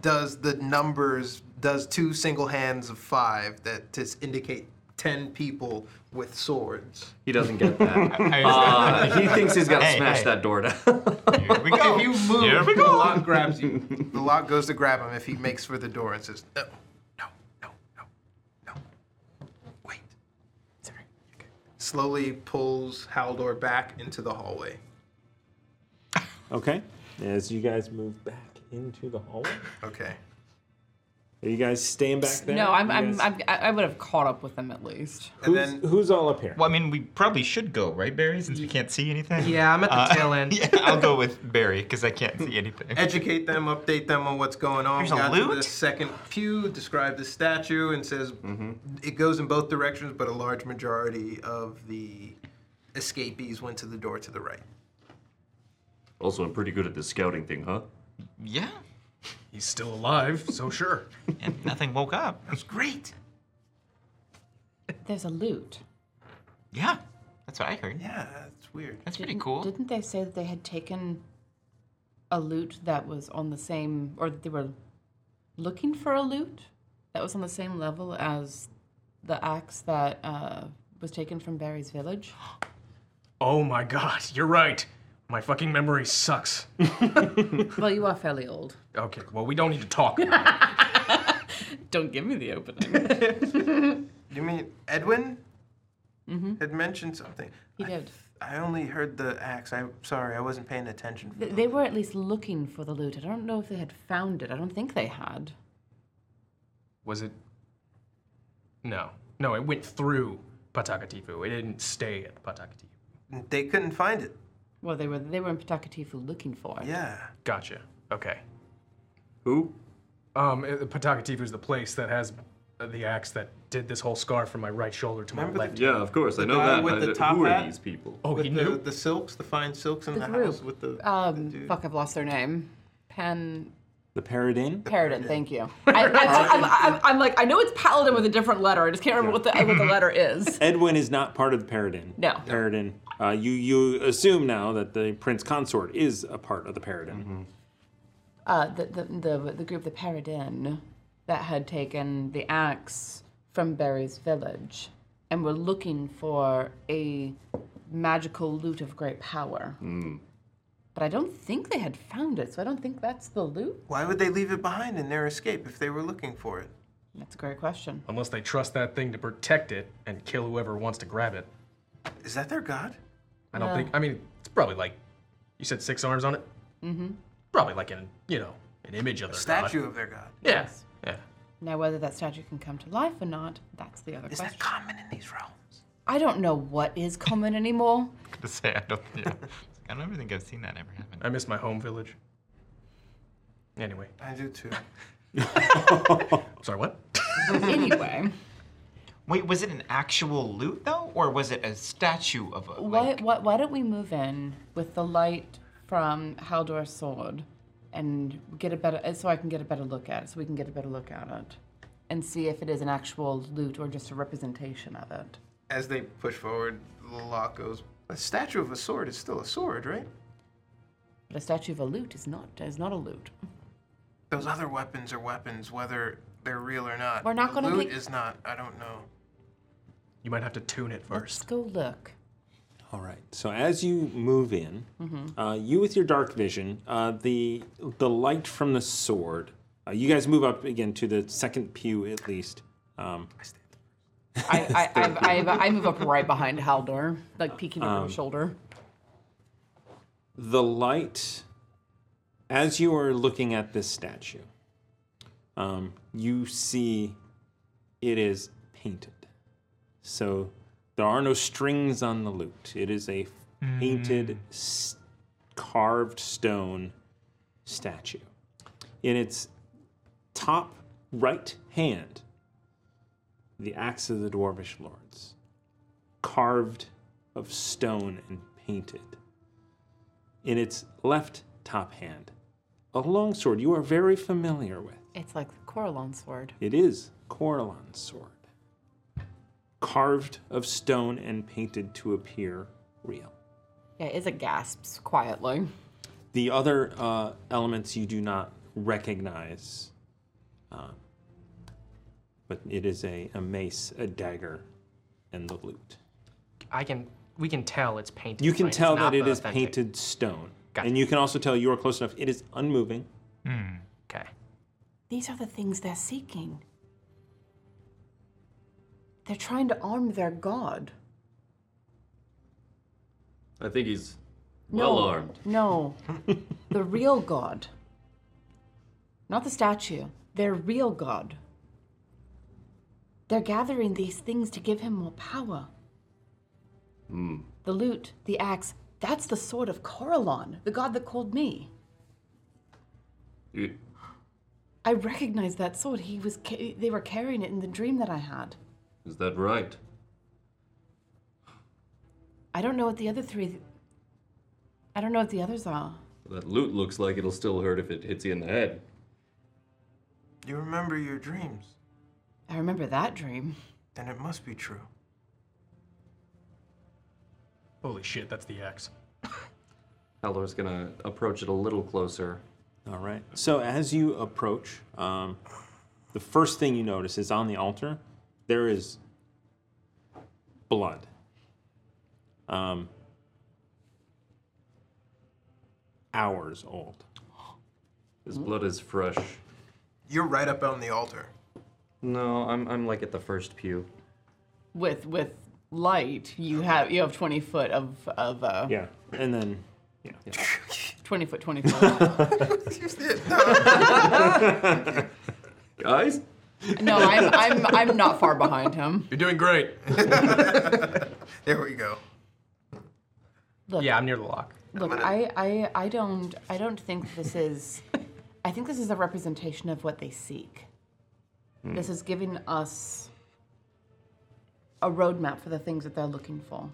N: does the numbers, does two single hands of five that just indicate ten people with swords.
E: He doesn't get that.
N: I- I
E: Uh,
N: understand.
E: he thinks he's got to
N: Hey,
E: smash
N: hey.
E: that door down.
N: We go. If you move,
E: Here we go.
N: the lock grabs you. The lock goes to grab him if he makes for the door and says, no, no, no, no, no. Wait. Sorry. Okay. Slowly pulls Haldor back into the hallway.
I: Okay. As you guys move back into the hallway.
N: Okay.
I: Are you guys staying back there?
J: No, I'm,
I: You
J: I'm,
I: guys-
J: I'm, I I would have caught up with them at least.
I: who's, who's all up here?
D: Well, I mean, we probably should go, right, Barry? Since we can't see anything.
N: Yeah, I'm at the tail
D: end. Yeah, I'll go with Barry because I can't see anything.
N: Educate them, update them on what's going on.
D: There's a
N: Got to
D: loot?
N: the second pew, describe the statue, and says it goes in both directions, but a large majority of the escapees went to the door to the right.
T: Also, I'm pretty good at this scouting thing, huh?
D: Yeah.
L: He's still alive, so sure.
D: and nothing woke up.
L: That's great.
J: There's a loot.
D: Yeah, that's what I heard.
N: Yeah, that's weird.
D: That's pretty
J: Didn't-
D: cool.
J: Didn't they say that they had taken a loot that was on the same, or that they were looking for a loot that was on the same level as the axe that uh, was taken from Barry's village?
L: Oh my god, you're right. My fucking memory sucks.
J: well, you are fairly old.
L: Okay, well, we don't need to talk.
J: Don't give me the opening.
N: You mean Edwin had mentioned something?
J: He did.
N: I only heard the axe. I'm sorry, I wasn't paying attention.
J: Th- They were at least looking for the loot. I don't know if they had found it. I don't think they had.
L: Was it? No. No, it went through Patakatifu. It didn't stay at Patakatifu.
N: They couldn't find it.
J: Well, they were they were in Patakatifu looking for it.
N: Yeah.
L: Gotcha. Okay.
T: Who?
L: Um, uh, Patakatifu is the place that has uh, the axe that did this whole scar from my right shoulder to my left.
T: yeah, of course, I know
N: guy
T: that.
N: with
T: but
N: the top
T: who are
N: hat?
T: these people?
L: Oh,
N: he knew the, the silks, the fine silks in the,
J: The
N: house with
J: group.
N: the.
J: Um, fuck, I've lost their name. Pen
I: The Paradin?
J: Paladin, thank you. I, I, I'm, I'm, I'm like, I know it's Paladin with a different letter. I just can't remember what, the, what the letter is.
I: Edwin is not part of the Paradin.
J: No.
I: Paradin. Uh, you you assume now that the prince consort is a part of the Paradin.
J: Uh, the, the, the, the group, the Paradin, that had taken the axe from Barry's village and were looking for a magical loot of great power.
N: Hmm.
J: But I don't think they had found it, so I don't think that's the loot.
N: Why would they leave it behind in their escape if they were looking for it?
J: That's a great question.
L: Unless they trust that thing to protect it and kill whoever wants to grab it.
N: Is that their god?
L: I don't
J: No.
L: think. I mean, it's probably like. You said six arms on it?
J: Mm-hmm.
L: Probably like an, you know, an image of
N: A
L: their
N: statue
L: god.
N: of their god.
L: Yeah. Yeah.
J: Now, whether that statue can come to life or not, that's the other
N: Is that
J: question.
N: common in these realms?
J: I don't know what is common anymore.
D: to say I don't. Yeah. I don't ever think I've seen that ever happen.
N: Uh,
L: I miss my home village. Anyway.
N: I do too.
L: Sorry, what?
J: anyway,
D: Wait, was it an actual loot though, or was it a statue of a?
J: why, why, why don't we move in with the light from Haldor's sword and get a better, uh, so I can get a better look at it, so we can get a better look at it, and see if it is an actual loot or just a representation of it.
N: As they push forward, Lalak goes, A statue of a sword is still a sword, right?
J: But a statue of a loot is not is not a loot.
N: Those other weapons are weapons, whether they're real or not.
J: We're not
N: The
J: gonna
N: loot
J: pick-
N: is not. I don't know.
L: You might have to tune it
J: Let's go look.
I: All right. So as you move in,
J: Mhm.
I: uh, you with your dark vision, uh, the the light from the sword. Uh, you guys move up again to the second pew at least. Um,
J: I, I, I've, I've, I move up right behind Haldor, like peeking over
I: Um,
J: his shoulder.
I: the light, as you are looking at this statue, um, you see it is painted. So there are no strings on the lute. It is a painted, s- carved stone statue. In its top right hand, the axe of the dwarvish lords, carved of stone and painted. In its left top hand, a longsword you are very familiar with.
J: It's like the Coralon sword.
I: It is Coralon's sword, carved of stone and painted to appear real.
J: Yeah, Iza gasps quietly.
I: The other uh, elements you do not recognize, uh, but it is a, a mace, a dagger, and the lute.
L: I can. We can tell it's painted.
I: You can
L: right? It's
I: tell
L: not
I: that it
L: the
I: is
L: authentic-
I: painted stone. And you can also tell you are close enough. It is unmoving.
D: Hmm.
L: Okay.
J: These are the things they're seeking. They're trying to arm their god.
E: I think he's
J: No.
E: well armed.
J: No. the real god. Not the statue. Their real god. They're gathering these things to give him more power.
E: Hmm.
J: The lute, the axe, that's the sword of Coralon, the god that called me.
E: You-
J: I recognize that sword. He was ca- they were carrying it in the dream that I had.
E: Is that right?
J: I don't know what the other three I don't know what the others are.
E: That loot looks like it'll still hurt if it hits you in the head.
N: You remember your dreams.
J: I remember that dream.
N: Then it must be true.
L: Holy shit, that's the axe.
E: Haldor's gonna approach it a little closer.
I: All right. So as you approach, um, the first thing you notice is on the altar there is blood. Um, hours old.
E: His blood is fresh.
N: You're right up on the altar.
E: No, I'm, I'm like at the first pew.
J: With with light, you have you have twenty foot of of uh,
I: Yeah. And then
J: twenty foot twenty foot.
E: Guys?
J: no, I'm I'm I'm not far behind him.
L: You're doing great.
N: there we go.
J: Look.
L: Yeah, I'm near the lock.
J: Look, I, I I don't I don't think this is. I think this is a representation of what they seek. This is giving us a roadmap for the things that they're looking for.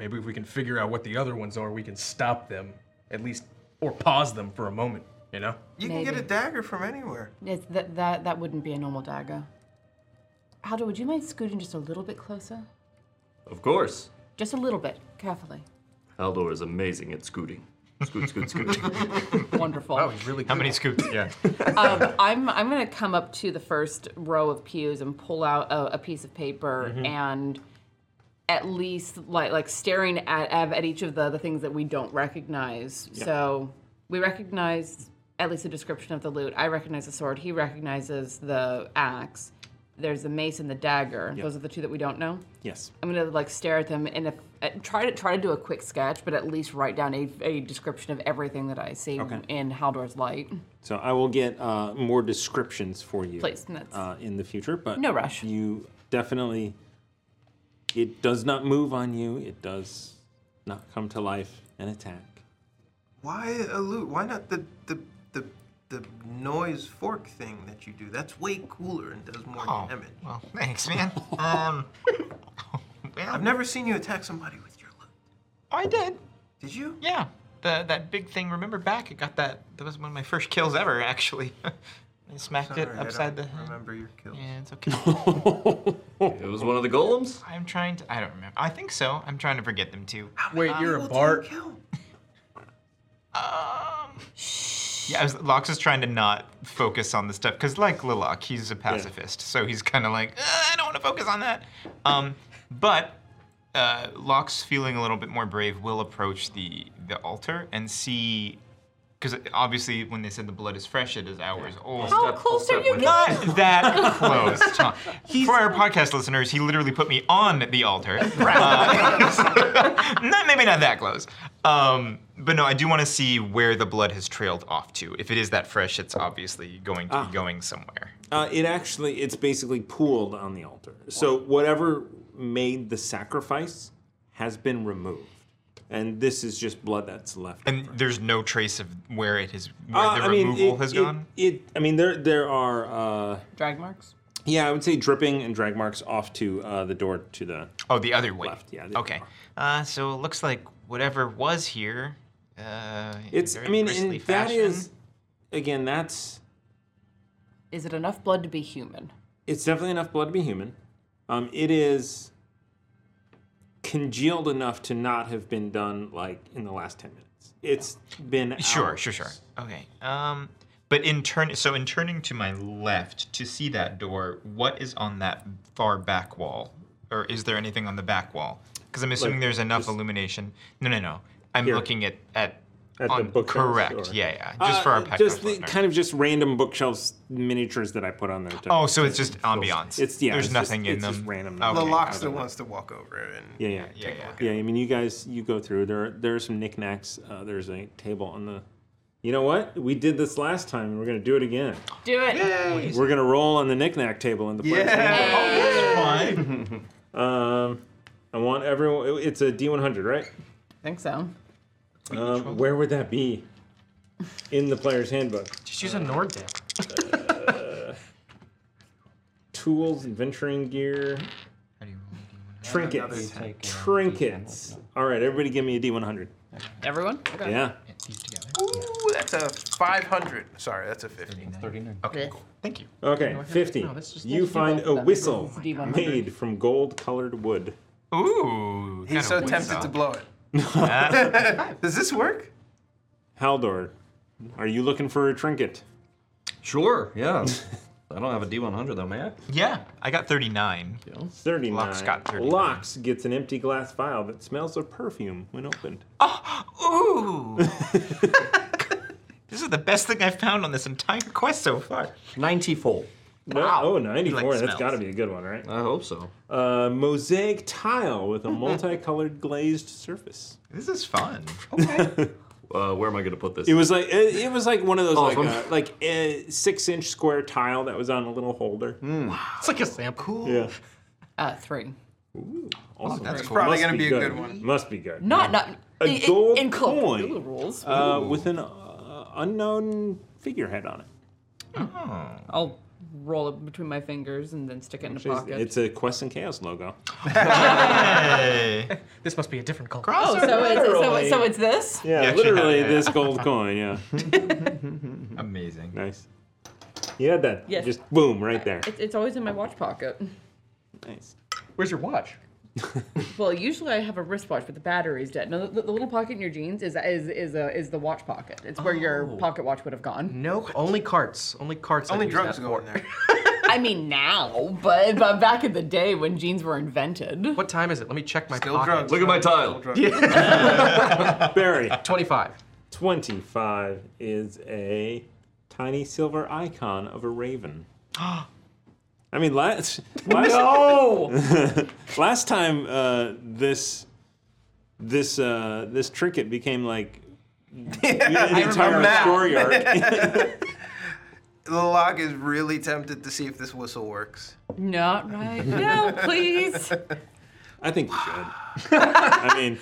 L: Maybe if we can figure out what the other ones are, we can stop them, at least, or pause them for a moment, you know?
N: You can get a
J: Maybe.
N: dagger from anywhere.
J: It's that that that wouldn't be a normal dagger. Haldor, would you mind scooting just a little bit closer?
E: Of course.
J: Just a little bit, carefully.
E: Haldor is amazing at scooting. Scoot, scoot, scoot.
J: Wonderful. Wow,
L: he's really How many scoops? Yeah.
J: um, I'm I'm gonna come up to the first row of pews and pull out a, a piece of paper
U: Mhm.
J: and at least like like staring at at at each of the the things that we don't recognize.
U: Yeah.
J: So we recognize at least the description of the loot. I recognize the sword. He recognizes the axe. There's the mace and the dagger.
I: Yeah.
J: Those are the two that we don't know.
I: yes.
J: I'm gonna like stare at them and if, uh, try to try to do a quick sketch, but at least write down a, a description of everything that I see
I: Okay.
J: in Haldor's light.
I: So I will get uh, more descriptions for you
J: Please, that's-
I: uh, in the future, but
J: No rush.
I: You definitely. It does not move on you. It does not come to life and attack.
N: Why a loot? Why not the the the the noise fork thing that you do? That's way cooler and does more
D: Oh,
N: damage.
D: well, thanks, man. Um,
N: I've never seen you attack somebody with your loot.
D: I did.
N: Did you?
D: Yeah. The, that big thing, remember back? It got that. That was one of my first kills ever, actually. I smacked it
N: Sorry, I
D: upside the
N: don't
D: head.
N: Remember your kills.
D: Yeah, it's okay.
E: it was one of the golems?
D: I'm trying to. I don't remember. I think so. I'm trying to forget them too.
L: Wait,
D: Um,
L: you're a Bart.
D: Yeah, I was, Lox is trying to not focus on the stuff because, like Lilac, he's a pacifist, so he's kind of like, "Ah, I don't want to focus on that. Um, but uh, Lox, feeling a little bit more brave, will approach the the altar and see, because obviously when they said the blood is fresh, it is hours old.
J: How close are you
D: Not that close. Tom. For our podcast listeners, he literally put me on the altar. Uh, so- not maybe not that close. Um, but no, I do want to see where the blood has trailed off to. If it is that fresh, it's obviously going to
I: Ah.
D: be going somewhere.
I: Uh, it actually, it's basically pooled on the altar. So whatever made the sacrifice has been removed, and this is just blood that's left.
D: And there's no trace of where it is, where
I: Uh,
D: the
I: I mean,
D: removal
I: it-
D: has
I: it-
D: gone.
I: It. I mean, there there are. Uh,
J: Drag marks?
I: Yeah, I would say dripping and drag marks off to uh, the door to the.
D: Oh, the other way.
I: Left. Yeah.
D: Okay. Uh, so it looks like whatever was here. Uh, in
I: It's.
D: very
I: I mean,
D: grisly
I: and that
D: fashion-
I: is. Again, that's
J: Is it enough blood to be human?
I: It's definitely enough blood to be human. Um, it is congealed enough to not have been done like in the last ten minutes. It's been
D: Sure,
I: hours.
D: sure, sure. Okay. Um, but in turn, so in turning to my left to see that door, what is on that far back wall, or is there anything on the back wall? Because I'm assuming
Q: Like,
D: there's enough
Q: just-
D: illumination. No, no, no. I'm
I: Here.
D: looking at at,
I: At the
D: on
I: bookshelves,
D: correct.
I: or-
D: Yeah, yeah. Just
I: Uh,
D: for our pack
I: just the, kind of just random bookshelves miniatures that I put on there. to-
D: Oh, so it's
I: to
D: just
I: fill-
D: ambiance.
I: It's yeah.
D: There's
I: it's
D: nothing
I: just,
D: in
I: it's
D: them.
I: Just random.
D: Okay,
N: the
I: out
N: Loxta
I: of
N: wants to walk over and
I: Yeah, yeah,
N: take a look.
I: yeah. I mean, you guys, you go through. There, there are some knickknacks. Uh, there's a table on the. You know what? We did this last time, and we're gonna do it again.
J: Do it.
I: We're gonna roll on the knickknack table in the player's
J: Yeah.
I: handbook. um, I want everyone. It's a D100, right?
J: I think so.
I: Um, where would that be? In the player's handbook.
L: Just use a Nord deck.
I: Tools, adventuring gear. Trinkets. Trinkets. All right, everybody, give me a D100.
J: Everyone? Okay.
I: Yeah.
N: Ooh, that's a 500. Sorry, that's a 50. 39.
D: Okay, cool. Thank you.
I: Okay,
N: No, I think-
I: 50.
N: no, that's just-
I: you
N: let's do
I: find
N: both
I: a
N: of them.
I: whistle
N: It's D100.
I: made from gold colored wood.
D: Ooh.
N: He's so tempted to blow it.
I: Does this work? Haldor, are you looking for a trinket?
V: Sure, yeah. I don't have a D100 though, may I?
D: Yeah, I got 39.
I: 39.
D: Locke's got 39.
I: Locks gets an empty glass vial that smells of perfume when opened.
D: Ooh. this is the best thing I've found on this entire quest so far.
V: 94.
I: Wow. Oh, 94.
D: You like
I: That's
D: smells.
I: got to be a good one, right?
V: I hope so.
I: Uh, mosaic tile with a multicolored glazed surface.
D: This is fun.
V: Uh, where am I going to put this?
I: It was like it, it was like one of those
V: Oh,
I: like
V: from-
I: uh, like uh, six inch square tile that was on a little holder.
J: Mm.
L: It's like a sample.
J: Cool.
I: Yeah.
J: Uh, three.
I: Awesome.
J: Oh, That's It's cool. probably
I: Must
J: gonna be a
I: good.
J: good one.
I: Must be good.
J: Not not
I: A
J: in,
I: gold
J: in Club
I: coin.
J: Cthulhu rules.
I: Uh, with an uh, unknown figurehead on it.
J: I'll roll it between my fingers and then stick it in a pocket.
I: It's a Quest and Chaos logo.
L: This must be a different color.
J: oh, so it's, so,
L: Literally.
J: so it's this?
I: Yeah, literally this gold coin. Yeah,
D: amazing.
I: Nice. You had that.
J: Yes.
I: Just boom right there.
J: It's, it's always in my watch pocket.
I: Nice.
L: Where's your watch?
J: Well, usually I have a wristwatch, but the battery's dead. No, the, the little pocket in your jeans is is is a, is the watch pocket. It's where your
L: Oh.
J: pocket watch would have gone.
L: No, only carts. Only carts.
J: Only drugs
L: go in there.
J: I mean now, but, but back in the day when jeans were invented.
L: What time is it? Let me check my
J: Still
L: pocket.
J: drugs.
V: Look at my tile.
I: Barry.
L: 25.
I: 25 is a tiny silver icon of a raven. I mean, last. last
L: No!
I: last time uh, this. This uh, this trinket became like
N: I
I: an entire
N: remember that.
I: story arc.
N: The lock is really tempted to see if this whistle works.
J: Not right now, please.
I: I think you should. I mean,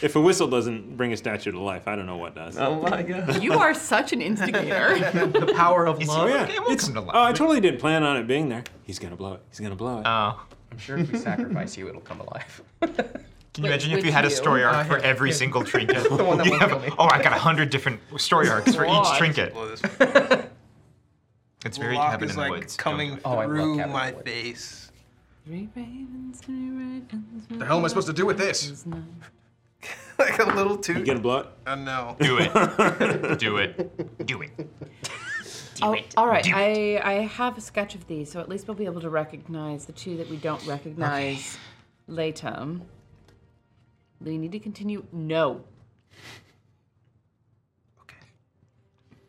I: if a whistle doesn't bring a statue to life, I don't know what does.
V: Oh my god!
J: You are such an instigator.
L: the power of
I: Oh yeah, it's,
D: uh,
I: oh I totally didn't plan on it being there. He's gonna blow it. He's gonna blow it.
D: Oh,
L: I'm sure if we sacrifice you, it'll come alive.
D: Can you
L: With-
D: imagine if
L: with
D: you had a
L: you.
D: story arc
L: Uh,
D: for
L: here,
D: every
L: here.
D: single trinket?
L: The one that
D: You
L: won't
D: have-
L: kill me.
D: oh, I got a hundred different story arcs for each
N: God.
D: trinket. It's very
N: lock
D: cabin
N: is
D: in the
N: like
D: woods.
N: coming
D: Oh, I love
N: through
D: Cabin in
N: my
D: the Woods.
N: face.
J: Three ravens, three ravens.
L: The hell am I supposed to do with this?
N: like a little too.
I: You gonna blow it?
N: Uh, no.
D: Do it. Do it. Do it.
J: Oh, all right, I, I have a sketch of these, so at least we'll be able to recognize the two that we don't recognize later. Do you need to continue? No.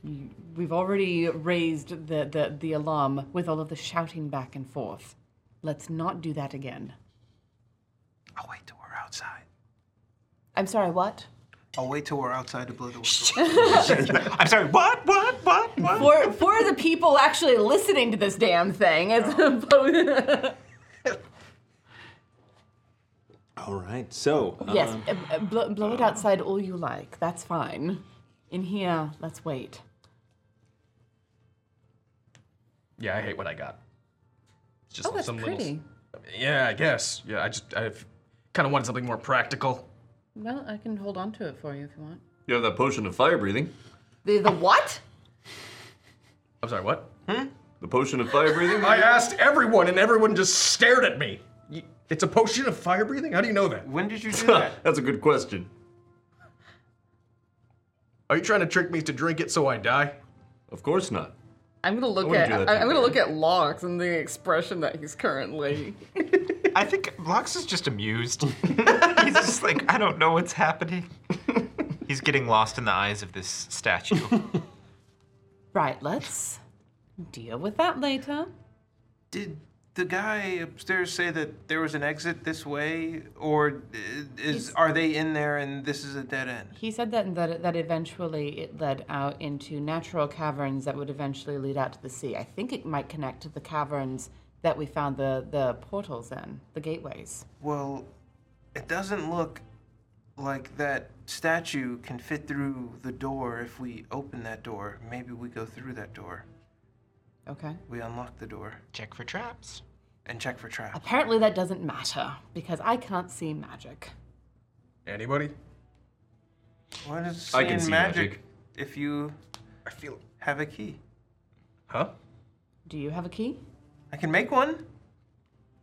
J: Okay. We've already raised the, the, the alarm with all of the shouting back and forth. Let's not do that again.
N: I'll wait till we're outside.
J: I'm sorry, what?
N: I'll wait till we're outside to blow the whistle.
D: I'm sorry. What? What? What? What?
J: For, for the people actually listening to this damn thing, as opposed.
I: All right, so
J: Yes,
I: um,
J: uh, uh, blow, blow it outside all you like. That's fine. In here, let's wait.
L: Yeah, I hate what I got. It's just
J: Oh, that's
L: some
J: pretty.
L: little. Yeah, I guess. Yeah, I just I kind of wanted something more practical.
J: Well, I can hold on to it for you if you want.
V: You have that potion of fire breathing.
J: The the what?
L: I'm sorry, what?
J: Hmm?
E: The potion of fire breathing?
L: I asked everyone, and everyone just stared at me. Y- It's a potion of fire breathing? How do you know that?
N: When did you do that?
E: That's a good question.
L: Are you trying to trick me to drink it so I die?
E: Of course not.
W: I'm gonna look
L: wouldn't
W: at
L: do that
W: I-
L: to
W: I'm
L: you,
W: gonna look at Lox and the expression that he's currently.
D: I think Lox is just amused. He's just like, I don't know what's happening. He's getting lost in the eyes of this statue.
J: Right, let's deal with that later.
N: Did the guy upstairs say that there was an exit this way, or is are they in there and this is a dead end?
J: He said that that, that eventually it led out into natural caverns that would eventually lead out to the sea. I think it might connect to the caverns that we found the, the portals in, the gateways.
N: Well, it doesn't look like that statue can fit through the door. If we open that door, maybe we go through that door.
J: Okay.
N: We unlock the door.
D: Check for traps.
N: And check for traps.
J: Apparently that doesn't matter because I can't see magic.
L: Anybody?
N: What is
L: I can
N: seeing
L: see
N: magic
L: magic.
N: if you
L: I feel
N: have a key?
L: Huh?
J: Do you have a key?
N: I can make one.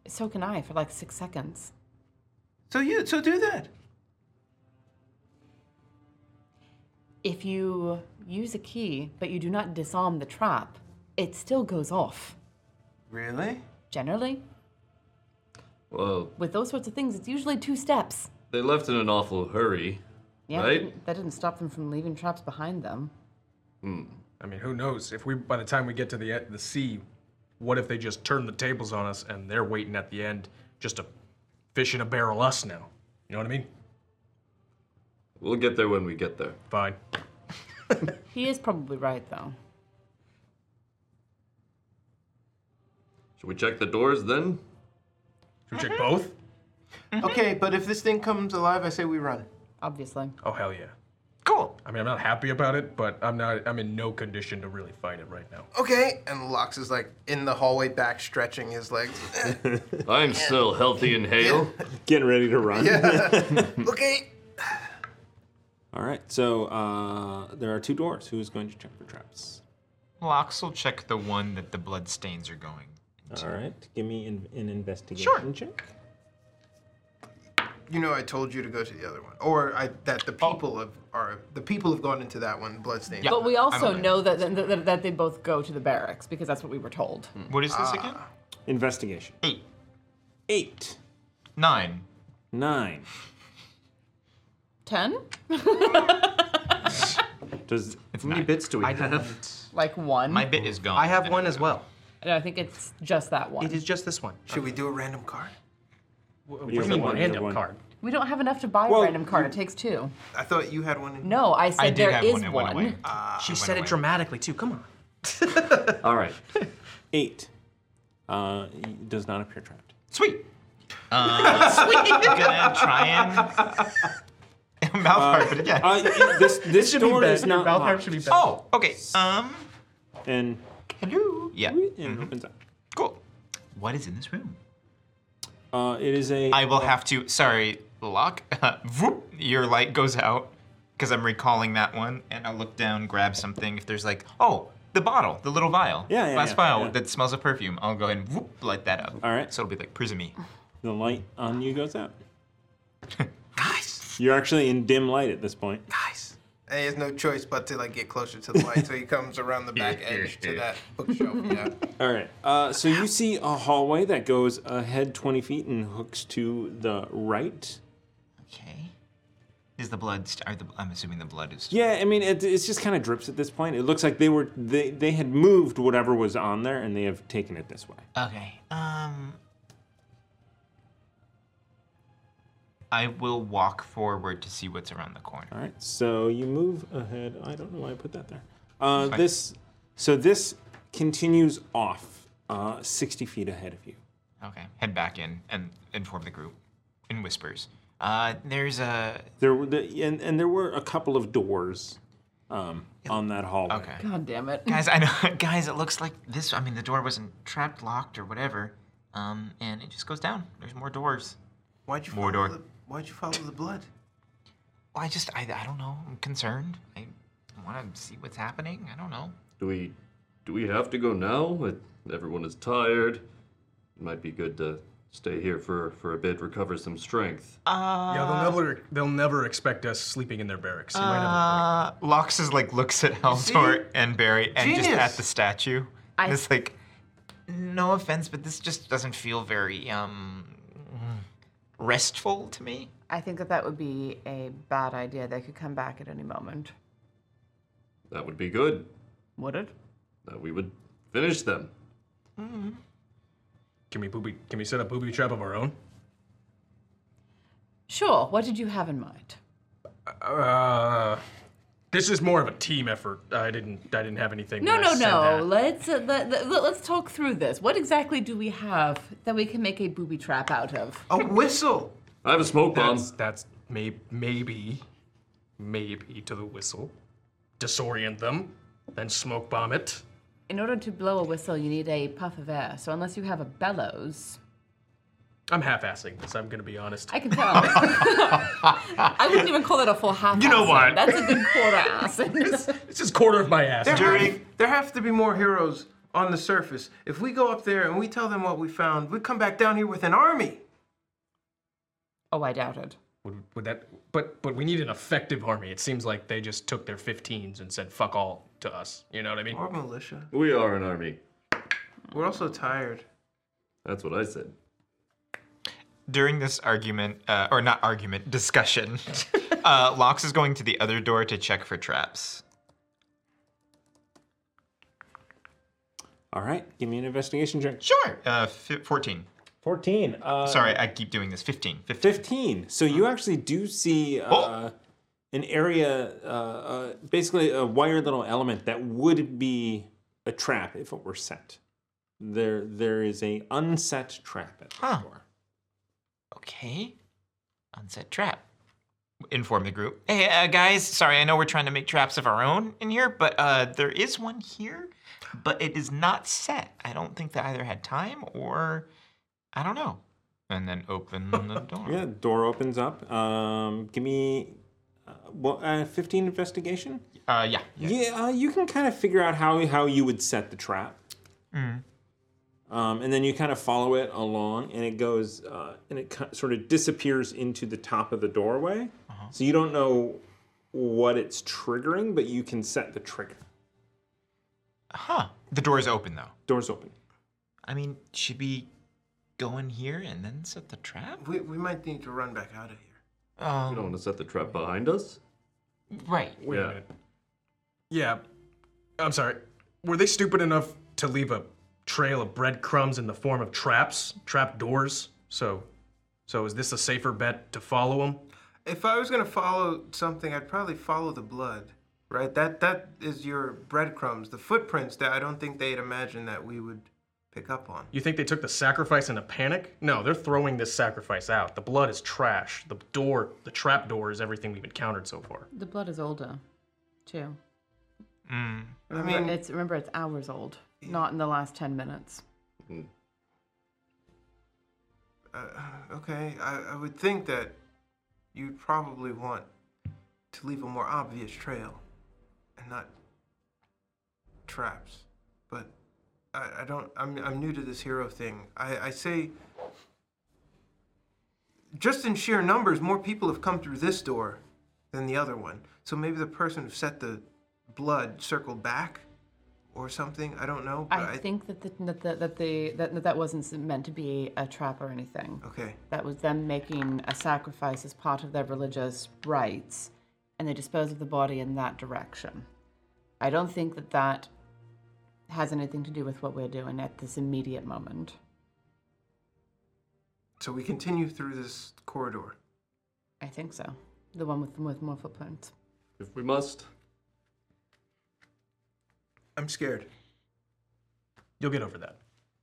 J: So can I for like six seconds.
N: So you so do that.
J: If you use a key but you do not disarm the trap, it still goes off.
N: Really?
J: Generally,
E: Whoa.
J: with those sorts of things, it's usually two steps.
E: They left in an awful hurry.
J: Yeah,
E: Right?
J: didn't- that didn't stop them from leaving traps behind them.
L: I mean, who knows? If we, by the time we get to the e- the sea, what if they just turn the tables on us and they're waiting at the end, just to fish in a barrel us now? You know what I mean?
E: We'll get there when we get there.
L: Fine.
J: He is probably right, though.
E: Should we check the doors then?
L: Should we check
X: Mm-hmm.
L: both?
N: Okay, but if this thing comes alive, I say we run.
J: Obviously.
L: Oh hell yeah.
N: Cool.
L: I mean, I'm not happy about it, but I'm not. I'm in no condition to really fight it right now.
N: Okay. And Lox is like in the hallway, back stretching his legs.
E: I'm still healthy and hale.
I: Getting ready to run.
N: okay.
I: All right. So uh, there are two doors. Who is going to check for traps?
D: Lox will check the one that the blood stains are going.
I: All right. Give me an, an investigation check.
N: You know, I told you to go to the other one, or I, that the people have are the people have gone into that one bloodstained.
J: but we also know that, that, that, that they both go to the barracks because that's what we were told.
D: What is this
X: Ah.
D: again?
I: Investigation.
D: Eight.
I: Eight.
D: Nine.
I: Nine.
J: Ten?
I: Does
D: how many bits do we have?
J: Like one?
D: My bit is gone.
X: I have one as well.
J: No, I think it's just that one.
X: It is just this one.
N: Should we do a random card?
L: What
X: do you mean one hand
L: up card?
J: We don't have enough to buy a random card. It takes two.
N: I thought you had one. in
J: No, I said
N: did
J: there
N: have
J: is
N: one. It went away.
D: Ah.
J: Ah,
X: she said it dramatically too. Come on.
I: All right. Eight. Uh, he does not appear trapped.
D: Sweet. Uh, I'm gonna try and mouth harp it again.
I: Uh, this this
D: should be
I: door
D: better.
I: is not
D: Mouth harp
I: locked.
D: should be better. Oh, okay. Um.
I: And
D: hello. Yeah.
I: And opens up.
D: Cool. What is in this room?
I: Uh, it is a.
D: I will have to. Sorry, lock. Vroom. your light goes out because I'm recalling that one, and I'll look down, grab something. If there's like, oh, the bottle, the little vial,
I: Yeah, yeah,
D: glass
I: yeah,
D: vial
I: yeah.
D: that smells of perfume. I'll go ahead and whoop, light that up.
I: All right.
D: So it'll be like prismy.
I: The light on you goes out. nice. You're actually in dim light at this point.
N: Nice. And he has no choice but to like get closer to the light, so he comes around the back edge to that bookshelf. Yeah.
I: All right. Uh, so you see a hallway that goes ahead 20 feet and hooks to the right.
D: Okay. Is the blood? St- are the, I'm assuming the blood is.
I: Yeah, I mean, it, it's just kind of drips at this point. It looks like they were they they had moved whatever was on there and they have taken it this way.
D: Okay. Um. I will walk forward to see what's around the corner.
I: All right. So you move ahead. I don't know why I put that there. Uh,
D: Fine.
I: this so this continues off uh, 60 feet ahead of you.
D: Okay. Head back in and inform the group in whispers. Uh, there's a.
I: There were the, and and there were a couple of doors um, on that hallway.
D: Okay.
J: God damn it.
D: Guys, I know. Guys, it looks like this. I mean, the door wasn't trapped, locked, or whatever. Um, and it just goes down. There's more doors.
N: Why'd you
D: Mordor.
N: follow the, Why'd you follow the blood?
D: Well, I just, I, I don't know. I'm concerned. I want to see what's happening. I don't know.
E: Do we do we have to go now? It, everyone is tired. It might be good to stay here for, for a bit, recover some strength.
L: Uh, yeah,
J: Ah.
L: they'll never they'll never expect us sleeping in their barracks. You might have
J: Ah.
D: Uh, Lox is like looks at Haldor
L: See?
D: and Barry and just
L: Genius.
D: at the statue.
L: I-
D: And it's like, no offense, but this just doesn't feel very um restful to me.
J: I think that that would be a bad idea. They could come back at any moment.
E: That would be good.
J: Would it?
E: That we would finish them.
L: Can we booby? Can we set a booby trap of our own?
J: Sure. What did you have in mind?
L: Uh, this is more of a team effort. I didn't. I didn't have anything.
J: No,
L: when I
J: no,
L: said
J: no.
L: that.
J: Let's uh, let, let, let's talk through this. What exactly do we have that we can make a booby trap out of?
N: A whistle.
E: I have a smoke
L: bomb. That's, that's may, maybe, maybe to the whistle, disorient them, then smoke bomb it.
J: In order to blow a whistle, you need a puff of air. So unless you have a bellows,
L: I'm half-assing this. I'm gonna be honest.
J: I can tell. I wouldn't even call that a full half.
L: You know what?
J: assing. That's a good quarter ass.
L: It's just quarter of my ass.
N: There, have, there have to be more heroes on the surface. If we go up there and we tell them what we found, we come back down here with an army.
J: Oh, I doubt it.
L: Would, would that? But but we need an effective army. It seems like they just took their 15s and said fuck all to us. You know what I mean?
N: Or militia.
E: We are an army.
N: We're also tired.
E: That's what I said.
D: During this argument, uh, or not argument, discussion, uh, Lox is going to the other door to check for traps.
I: All right, give me an investigation check.
D: Sure. Uh, fi 14.
I: 14. Uh,
D: Sorry, I keep doing this. 15.
I: 15. So you actually do see uh, an area, uh, uh, basically a wired little element that would be a trap if it were set. There, there is a unset trap at the door.
D: Okay. Unset trap. Inform the group. Hey, uh, guys, sorry, I know we're trying to make traps of our own in here, but uh, there is one here, but it is not set. I don't think they either had time or I don't know. And then open the door.
I: Yeah, door opens up. Um, give me, uh, well, uh, 15 investigation?
D: Uh, yeah.
I: Yeah, uh, you can kind of figure out how, how you would set the trap.
D: Mm.
I: um, and then you kind of follow it along and it goes uh, and it ki- sort of disappears into the top of the doorway so you don't know what it's triggering but you can set the trigger
D: huh the door's open though
I: door's open
D: I mean, should we go in here and then set the trap? Um,
N: We, we might need to run back out of here.
E: you don't want to set the trap behind us?
D: Right.
L: Wait
E: Yeah.
L: a minute. Yeah. I'm sorry. Were they stupid enough to leave a trail of breadcrumbs in the form of traps, trap doors? So, so is this a safer bet to follow them?
N: If I was gonna follow something, I'd probably follow the blood, right? That that is your breadcrumbs, the footprints that I don't think they'd imagine that we would pick up on.
L: You think they took the sacrifice in a panic? No, they're throwing this sacrifice out. The blood is trash. The door, the trap door, is everything we've encountered so far.
J: The blood is older, too.
L: Mm.
J: Remember, it's remember it's hours old, not in the last ten minutes.
N: Uh, okay, I, I would think that you'd probably want to leave a more obvious trail and not traps. But I, I don't, I'm, I'm new to this hero thing. I, I say, just in sheer numbers, more people have come through this door than the other one. So maybe the person who set the blood circled back or something. I don't know. But
J: I think that the, that the, that the that that wasn't meant to be a trap or anything.
N: Okay.
J: That was them making a sacrifice as part of their religious rites, and they dispose of the body in that direction. I don't think that that has anything to do with what we're doing at this immediate moment.
N: So we continue through this corridor.
J: I think so. The one with with more footprints.
E: If we must.
N: I'm scared.
L: You'll get over that.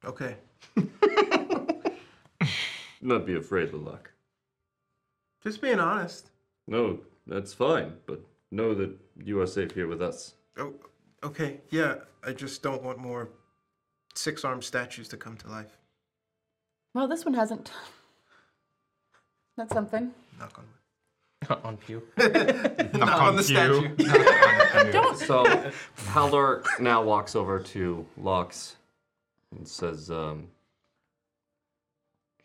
N: Okay.
E: Not be afraid of luck.
N: Just being honest.
E: No, that's fine, but know that you are safe here with us.
N: Oh, okay. Yeah, I just don't want more six-armed statues to come to life.
J: Well, this one hasn't. That's something.
N: Knock on wood.
L: on pew.
V: Not on the
E: cue.
V: statue.
E: So Haldor now walks over to Lux and says, um,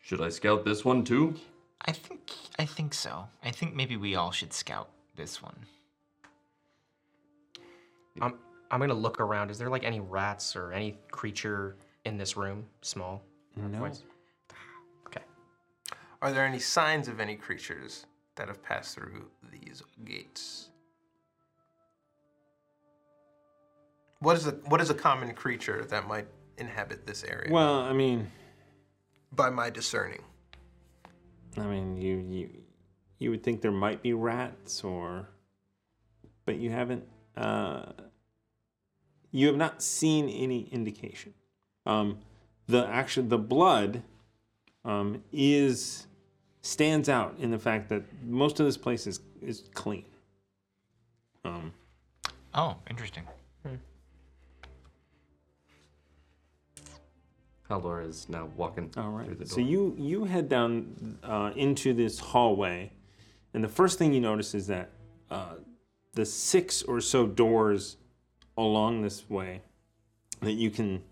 E: "Should I scout this one too?"
D: I think I think so. I think maybe we all should scout this one.
K: I'm I'm gonna look around. Is there like any rats or any creature in this room? Small.
I: No.
N: Are there any signs of any creatures that have passed through these gates? What is a what is a common creature that might inhabit this area?
I: Well, I mean,
N: by my discerning,
I: I mean, you you you would think there might be rats or, but you haven't. Uh, you have not seen any indication. Um, the action, the blood, um, is stands out in the fact that most of this place is is clean. Um,
D: Oh, interesting.
E: Haldor is now walking through the door.
I: So you you head down uh, into this hallway, and the first thing you notice is that uh, the six or so doors along this way that you can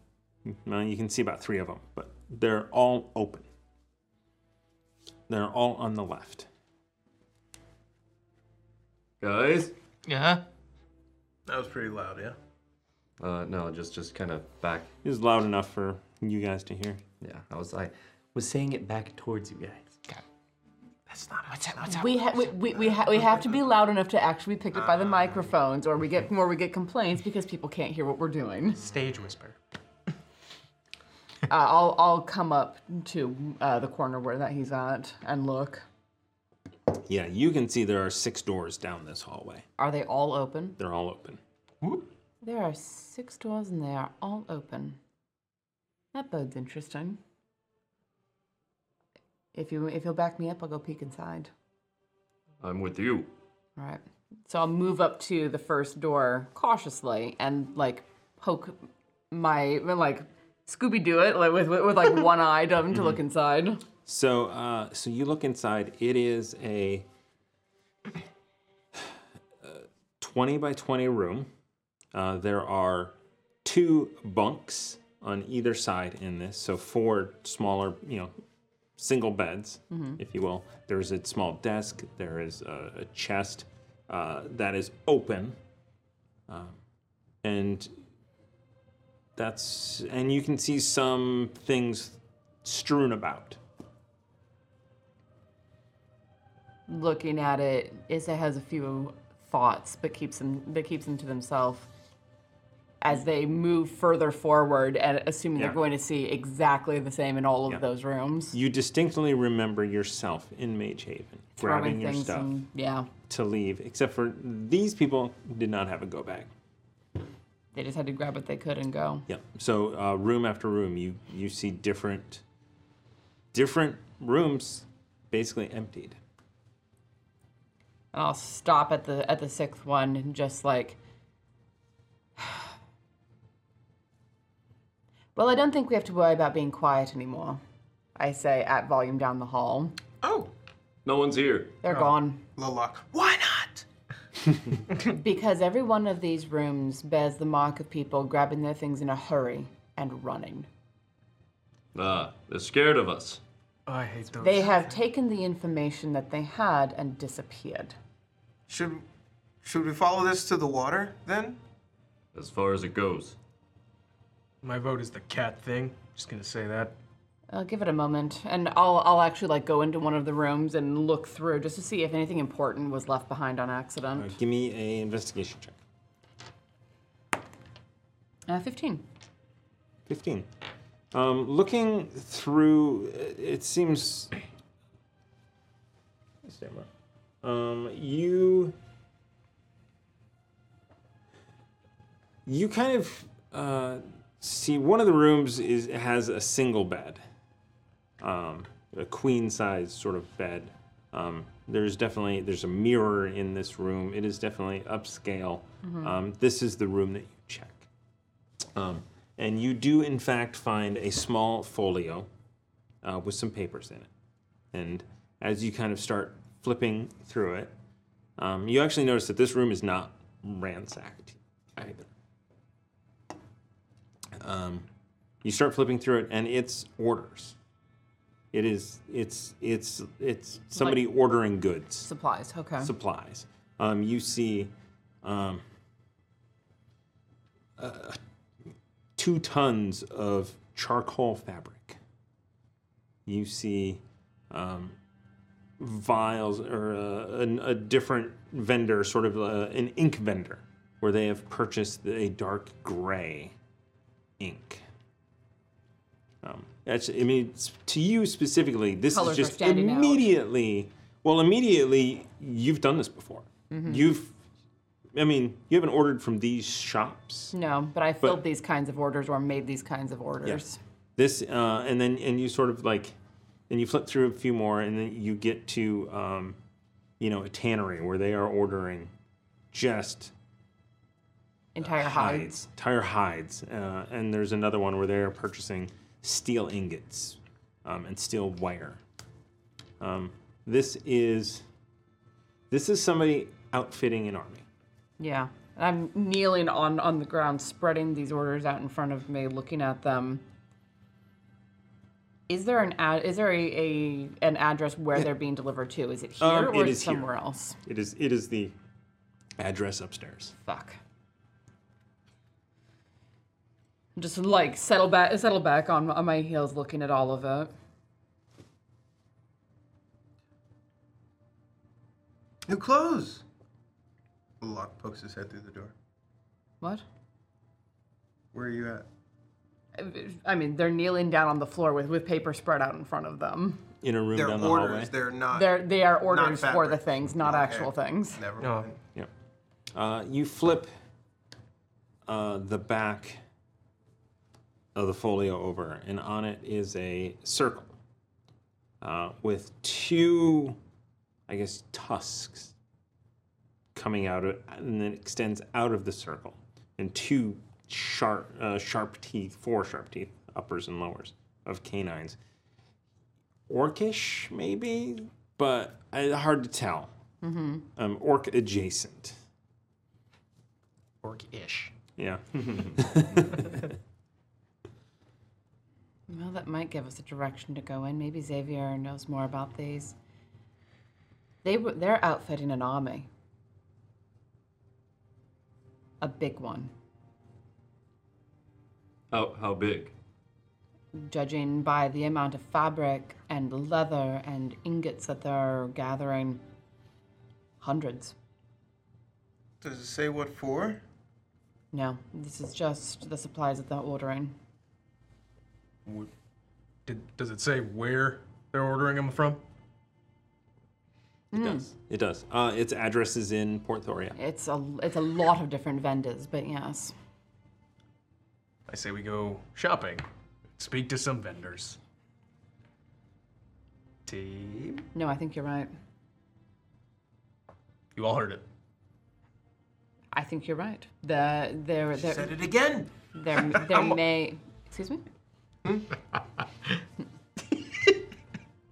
I: well, you can see about three of them, but they're all open. They're all on the left.
E: Guys.
D: Yeah.
V: That was pretty loud, yeah.
E: Uh, no, just just kind of back.
I: It was loud enough for you guys to hear.
E: Yeah, I was I was saying it back towards you guys.
D: That's not what's that. What's
J: We, ha- we, we, we, ha- we have to be loud enough to actually be picked up by the microphones, or we get or we get complaints because people can't hear what we're doing.
K: Stage whisper.
J: Uh, I'll I'll come up to uh, the corner where that he's at and look.
I: Yeah, you can see there are six doors down this hallway.
J: Are they all open?
I: They're all open.
J: There are six doors and they are all open. That bodes interesting. If you if you'll back me up, I'll go peek inside.
E: I'm with you.
J: All right. So I'll move up to the first door cautiously and like poke my like Scooby Doo it like with with, with like one eye to, to
I: Mm-hmm.
J: look inside.
I: So, uh, so you look inside. It is a uh, twenty by twenty room. Uh, there are two bunks on either side in this, so four smaller, you know, single beds,
V: Mhm.
I: if you will. There is a small desk. There is a, a chest uh, that is open, um, and that's and you can see some things strewn about.
J: Looking at it, Issa has a few thoughts, but keeps them but keeps them to themselves. As they move further forward, and assuming
I: Yeah.
J: they're going to see exactly the same in all of
I: Yeah.
J: those rooms,
I: You distinctly remember yourself in Mage Haven grabbing
J: throwing
I: your
J: things
I: stuff
J: and yeah,
I: to leave, except for these people did not have a go bag.
J: they just had to grab what they could and go.
I: Yeah. So uh, room after room, you you see different different rooms basically emptied.
J: and I'll stop at the at the sixth one and just like Well, I don't think we have to worry about being quiet anymore. I say at volume down the hall.
N: Oh!
E: No one's here.
J: They're gone.
N: Lolock. Why
J: not? because every one of these rooms bears the mark of people grabbing their things in a hurry and running.
E: Ah, they're scared of us.
L: I hate those.
J: They have taken the information that they had and disappeared.
N: should should we follow this to the water then?
E: As far as it goes.
L: My vote is the cat thing. Just gonna say that.
J: I'll give it a moment, and I'll I'll actually like go into one of the rooms and look through just to see if anything important was left behind on accident.
I: Uh, give me a investigation check.
J: Uh, Fifteen.
I: 15. Um, looking through, it- it seems. Stammer. Um, you. You kind of uh, see one of the rooms is has a single bed, um, a queen size sort of bed. Um, there's definitely there's a mirror in this room. It is definitely upscale.
V: Mhm.
I: Um, this is the room that you check. Um, and you do, in fact, find a small folio uh, with some papers in it. And as you kind of start flipping through it, um, you actually notice that this room is not ransacked either. Um, you start flipping through it, and it's orders. It is it's it's it's somebody
J: Like-
I: ordering goods,
J: Supplies, okay.
I: supplies. Um, you see um, uh, two tons of charcoal fabric. You see um, vials or uh, an, a different vendor, sort of uh, an ink vendor, where they have purchased a dark gray ink. Um, that's, I mean, s- to you specifically, this
J: Colors are
I: is just
J: standing out.
I: immediately. Well, immediately, you've done this before.
J: Mhm.
I: You've, I mean, you haven't ordered from these shops.
J: No, but I filled
I: But-
J: these kinds of orders or made these kinds of orders.
I: Yes. This uh, and then and you sort of like, and you flip through a few more, and then you get to, um, you know, a tannery where they are ordering just Uh,
J: Entire hides.
I: entire hides, uh, and there's another one where they are purchasing steel ingots um, and steel wire. Um, this is this is somebody outfitting an army.
J: Yeah. And I'm kneeling on, on the ground, spreading these orders out in front of me, looking at them. Is there an ad, is there a, a an address where they're being delivered to? Is it here
I: Um,
J: or
I: it
J: is
I: is here.
J: somewhere else?
I: It is it is the address upstairs.
J: Fuck. Just like settle back, settle back on, on my heels, looking at all of it.
N: New clothes. Locke pokes his head through the door.
J: What?
N: Where are you at?
J: I mean, they're kneeling down on the floor with, with paper spread out in front of them.
I: In a room
N: They're
I: down the
N: orders.
I: hallway.
N: They're not.
J: They're they are
N: not
J: orders for the
N: fabric.
J: things, not
N: Okay.
J: actual things.
N: Never mind.
I: Yeah. Uh, you flip uh, the back of the folio over, and on it is a circle uh, with two, I guess, tusks coming out, of, and then extends out of the circle, and two sharp, uh, sharp teeth, four sharp teeth, uppers and lowers of canines. Orcish, maybe, but uh, hard to tell
J: Mm-hmm.
I: um, orc adjacent.
Q: Orc-ish.
I: Yeah.
J: Well, that might give us a direction to go in. Maybe Xavier knows more about these. They were they're outfitting an army. A big one.
E: How, how big?
J: Judging by the amount of fabric and leather and ingots that they're gathering, hundreds.
N: Does it say what for?
J: No, this is just the supplies that they're ordering.
L: W- Did, does it say where they're ordering them from?
I: It does.
J: Hmm.
I: It does. Uh, its address is in Port Thoria.
J: It's a it's a lot of different vendors, but yes.
L: I say we go shopping. Speak to some vendors. Team?
J: No, I think you're right.
L: You all heard it.
J: I think you're right. The there there
N: said it again.
J: There there may excuse me.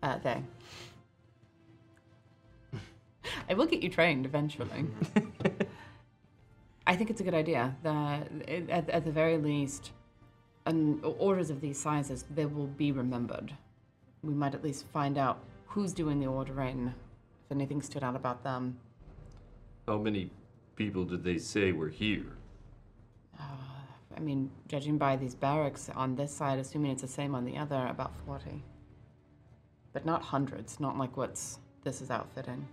J: uh, they. I will get you trained eventually. I think it's a good idea. That at, at the very least, um, orders of these sizes they will be remembered. We might at least find out who's doing the ordering, if anything stood out about them.
E: How many people did they say were here?
J: I mean, judging by these barracks on this side, assuming it's the same on the other, about 40. But not hundreds, not like what's this is outfitting.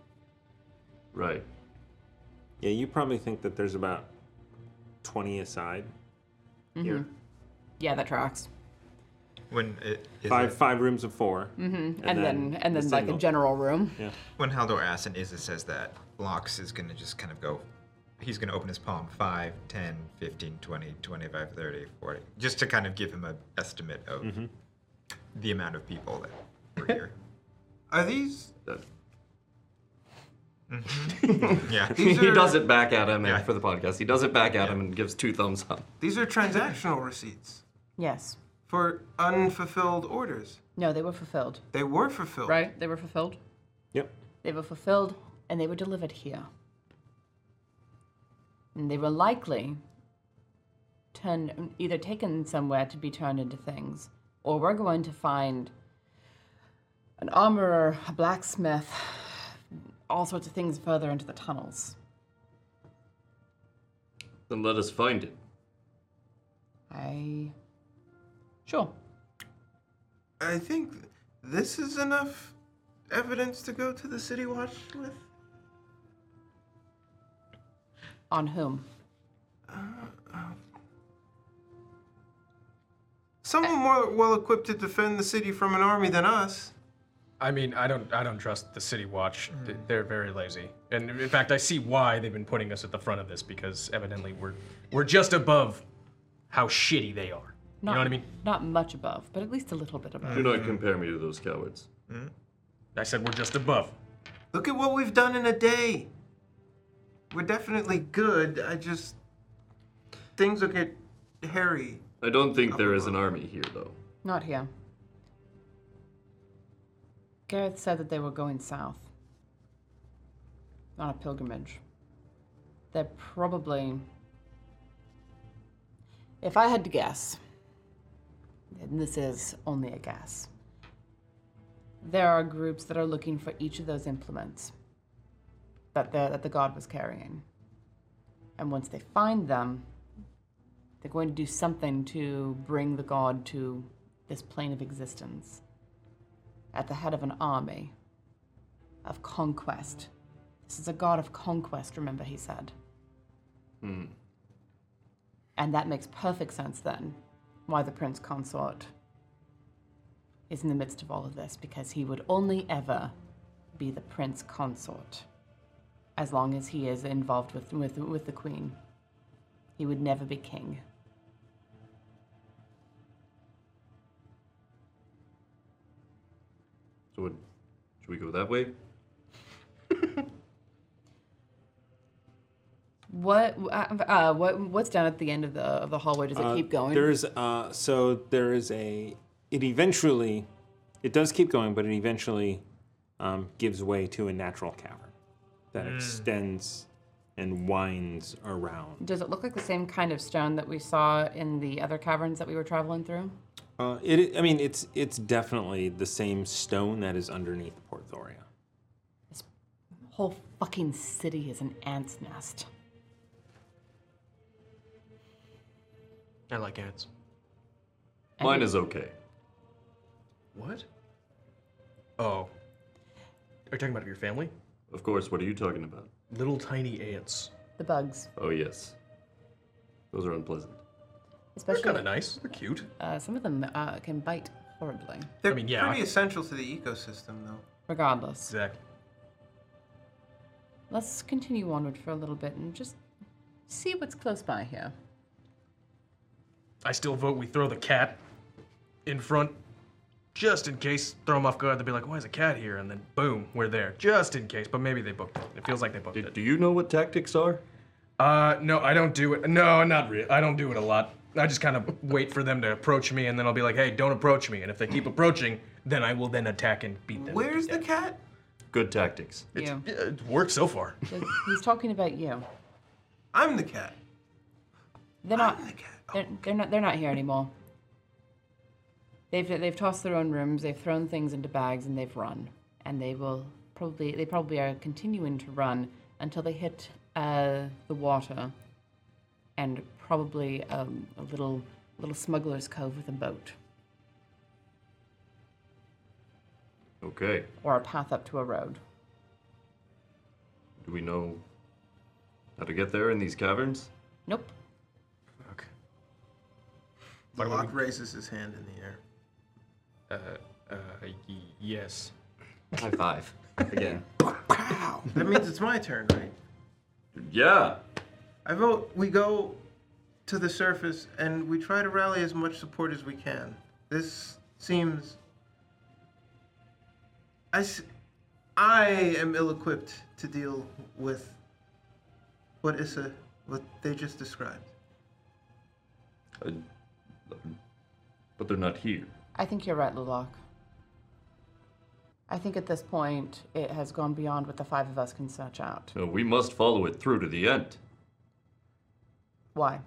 E: Right.
I: Yeah, you probably think that there's about 20 aside. Here.
J: Mhm. Yeah, that tracks.
Q: When it, is
I: five
Q: it-
I: five rooms of 4
J: hmm And, then, and then like a
Q: single.
J: general room.
I: Yeah.
Q: When Haldor asks and Izza says that, Lox is going to just kind of go, he's going to open his palm 5, 10, 15, 20, 25, 30, 40, just to kind of give him an estimate of the amount of people that were here.
N: Are these?
Q: yeah.
N: These
E: he
N: are-
E: does it back at him and for the podcast. He does it back at him and gives two thumbs up.
N: These are transactional receipts
J: Yes.
N: for unfulfilled orders.
J: No, they were fulfilled. Oh.
N: They were fulfilled.
J: Right? They were fulfilled?
I: Yep.
J: They were fulfilled and they were delivered here. And they were likely turned, either taken somewhere to be turned into things, or we're going to find an armorer, a blacksmith, all sorts of things further into the tunnels.
E: Then let us find it.
J: I. Sure.
N: I think this is enough evidence to go to the city watch with.
J: On whom?
N: Someone more well equipped to defend the city from an army than us.
L: I mean, I don't, I don't trust the City Watch. Th- They're very lazy, and in fact, I see why they've been putting us at the front of this because evidently we're, we're just above how shitty they are.
J: Not,
L: you know what I mean?
J: Not much above, but at least a little bit above.
E: Do not compare me to those cowards.
L: I said we're just above.
N: Look at what we've done in a day. We're definitely good. I just. Things will get hairy.
E: I don't think there is an army here, though.
J: Not here. Gareth said that they were going south on a pilgrimage. They're probably. If I had to guess, and this is only a guess, there are groups that are looking for each of those implements that the, that the god was carrying. And once they find them, they're going to do something to bring the god to this plane of existence at the head of an army of conquest. This is a god of conquest, remember, he said.
E: Hmm.
J: And that makes perfect sense then why the prince consort is in the midst of all of this, because he would only ever be the prince consort as long as he is involved with, with, with the queen. He would never be king.
E: So, what, should we go that way?
J: What uh, uh, what what's down at the end of the of the hallway? Does it
I: Uh,
J: keep going?
I: There's uh, so there is a. It eventually, it does keep going, but it eventually um, gives way to a natural cavern that
J: Mm.
I: extends and winds around.
J: Does it look like the same kind of stone that we saw in the other caverns that we were traveling through?
I: Uh, it, I mean, it's it's definitely the same stone that is underneath Port Thoria.
J: Whole fucking city is an ant's nest.
L: I like ants.
E: Mine is okay.
L: What? Oh. Are you talking about your family?
E: Of course, what are you talking about?
L: Little tiny ants.
J: The bugs,
E: Oh, yes. Those are unpleasant.
J: especially
L: They're kind of nice. They're cute.
J: Uh, some of them uh, can bite horribly.
N: They're
L: I mean, yeah.
N: pretty essential to the ecosystem, though.
J: Regardless,
L: Exactly.
J: let's continue onward for a little bit and just see what's close by here.
L: I still vote we throw the cat in front, just in case. Throw them off guard. They'll be like, "Why is a cat here?" And then boom, we're there, just in case. But maybe they booked it. It feels like they booked it.
E: Do you know what tactics are?
L: Uh, no, I don't do it. No, not really. I don't do it a lot. I just kind of wait for them to approach me, and then I'll be like, "Hey, don't approach me." And if they keep approaching, then I will then attack and beat them.
N: Where's the cat?
E: Good tactics.
L: It's,
J: You.
L: It worked so far.
J: He's talking about you.
N: I'm the cat.
J: They're not. They're, they're not. They're not here anymore. They've they've tossed their own rooms. They've thrown things into bags and they've run. And they will probably they probably are continuing to run until they hit uh, the water, and probably um, a little little smuggler's cove with a boat
E: Okay.
J: or a path up to a road.
E: Do we know how to get there in these caverns?
J: Nope.
N: The lock raises his hand in the air.
L: Uh, uh, yes.
E: High five. Again.
N: Wow. That means it's my turn, right?
E: Yeah.
N: I vote we go to the surface and we try to rally as much support as we can. This seems. I, s- I am ill equipped to deal with what Issa, what they just described.
E: Uh, but they're not here.
J: I think you're right, Lulak. I think at this point it has gone beyond what the five of us can search out.
E: So we must follow it through to the end.
J: Why?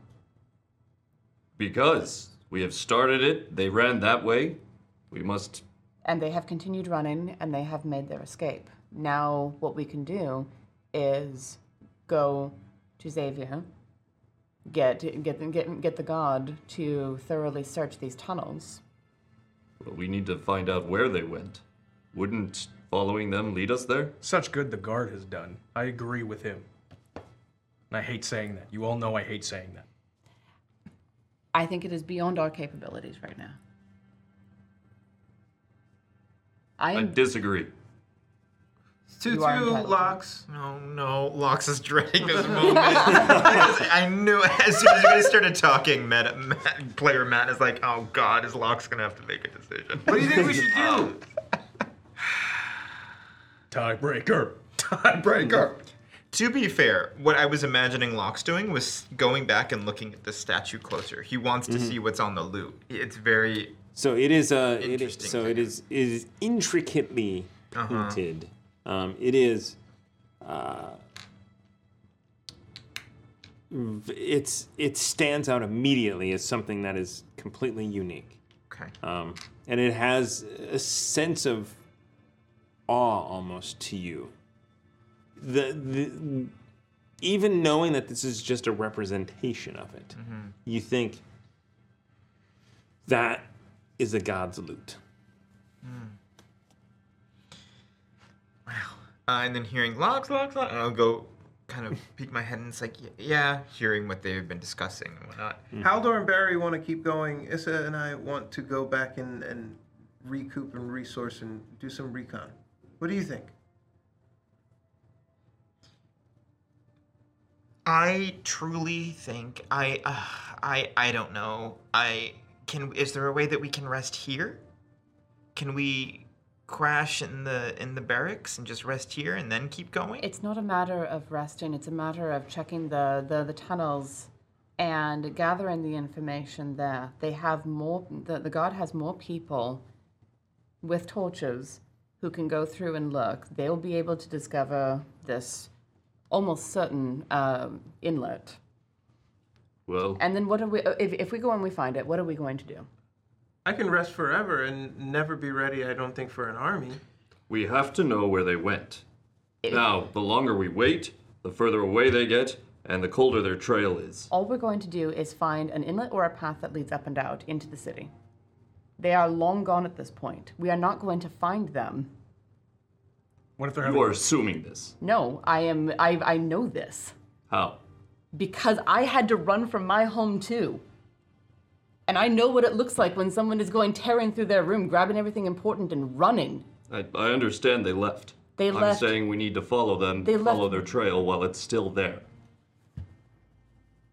E: Because we have started it, they ran that way. We must.
J: And they have continued running and they have made their escape. Now, what we can do is go to Xavier, get, get, get, get the god to thoroughly search these tunnels.
E: Well, we need to find out where they went. Wouldn't following them lead us there?
L: Such good the guard has done. I agree with him. And I hate saying that. You all know I hate saying that.
J: I think it is beyond our capabilities right now. I
E: I
J: am
E: disagree.
B: Two
D: You are
B: two
D: entitled to.
B: locks.
Q: Oh,
D: No, no, Lox is dreading this moment. Because I knew as soon as you guys started talking, Matt, Matt, player Matt is like, oh god, is Lox gonna have to make a decision? What do you think we should do?
L: Tiebreaker. Tiebreaker.
D: To be fair, what I was imagining Lox doing was going back and looking at the statue closer. He wants to
I: Mhm.
D: see what's on the loot. It's very
I: So it is uh, it is, so it is it is intricately
D: Uh-huh.
I: painted. Um, it is uh, v- it's it stands out immediately as something that is completely unique.
D: Okay.
I: Um, and it has a sense of awe almost to you. The, the even knowing that this is just a representation of it,
D: Mhm.
I: you think that is a god's loot.
D: Uh, and then hearing locks, locks, locks, and I'll go kind of peek my head and it's like, y- yeah, hearing what they've been discussing and whatnot.
N: Haldor and Barry want to keep going. Issa and I want to go back and, and recoup and resource and do some recon. What do you think?
D: I truly think I, uh, I, I don't know. I can. Is there a way that we can rest here? Can we crash in the in the barracks and just rest here and then keep going?
J: It's not a matter of resting, it's a matter of checking the, the, the tunnels and gathering the information there. They have more, the, the guard has more people with torches who can go through and look. They'll be able to discover this almost certain um, inlet.
E: Well,
J: And then what are we, if, if we go and we find it, what are we going to do?
N: I can rest forever and never be ready, I don't think, for an army.
E: we have to know where they went.
J: It-
E: Now, the longer we wait, the further away they get, and the colder their trail is.
J: All we're going to do is find an inlet or a path that leads up and out into the city. They are long gone at this point. We are not going to find them.
L: What if
E: You are assuming this.
J: No, I am. I I know this
E: How?
J: because I had to run from my home too. And I know what it looks like when someone is going tearing through their room, grabbing everything important and running.
E: I, I understand they left.
J: They
E: I'm
J: left-
E: saying we need to follow them,
J: They
E: follow
J: left-
E: their trail while it's still there.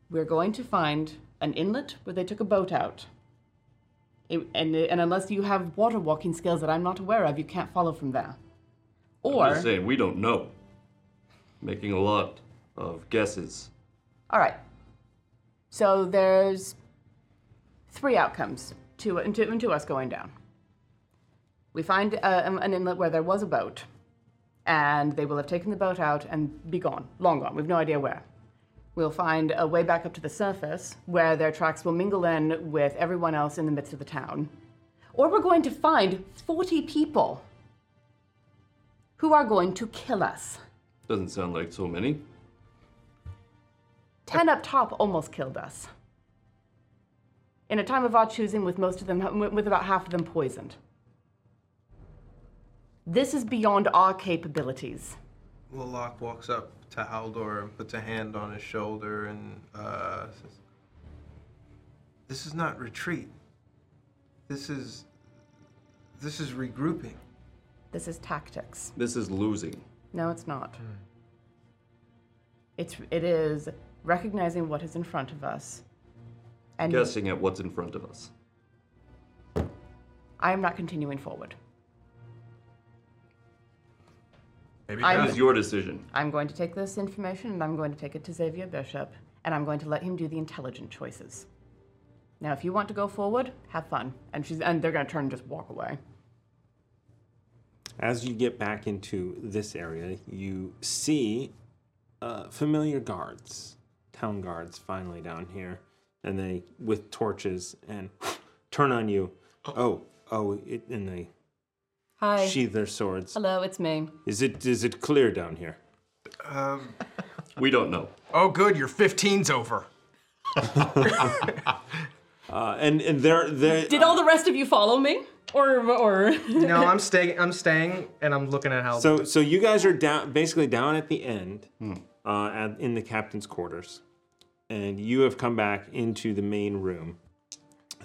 J: We're going to find an inlet where they took a boat out. It- and and unless you have water walking skills that I'm not aware of, you can't follow from there.
E: I'm
J: Or
E: just saying we don't know. Making a lot of guesses.
J: All right. So there's three outcomes to, to, to us going down. We find uh, um, an inlet where there was a boat, and they will have taken the boat out and be gone, long gone. We've no idea where. We'll find a way back up to the surface where their tracks will mingle in with everyone else in the midst of the town. Or we're going to find 40 people who are going to kill us.
E: Doesn't sound like so many.
J: 10 up top almost killed us. In a time of our choosing, with most of them, with about half of them poisoned. This is beyond our capabilities.
N: Lalak walks up to Haldor and puts a hand on his shoulder and uh, says, "This is not retreat. This is this is regrouping."
J: This is tactics.
E: This is losing.
J: No, it's not. It's it is recognizing what is in front of us. And
E: guessing at what's in front of us.
J: I am not continuing forward.
E: Maybe
J: I'm-
E: that is your decision.
J: I'm going to take this information and I'm going to take it to Xavier Bishop and I'm going to let him do the intelligent choices. Now, if you want to go forward, have fun. And she's and they're going to turn and just walk away.
I: As you get back into this area, you see uh, familiar guards, town guards, finally down here, and they with torches and turn on you. Oh, oh, it, and they
J: Hi.
I: sheathe their swords.
J: Hello, it's me.
I: Is it is it clear down here?
N: Um,
E: We don't know.
L: Oh, good, your 15's over.
I: Uh, and and they're they
J: Did all the rest of you follow me? Or or
L: no, I'm staying. I'm staying, and I'm looking at how.
I: So, so you guys are down, basically down at the end, uh, at, in the captain's quarters, and you have come back into the main room,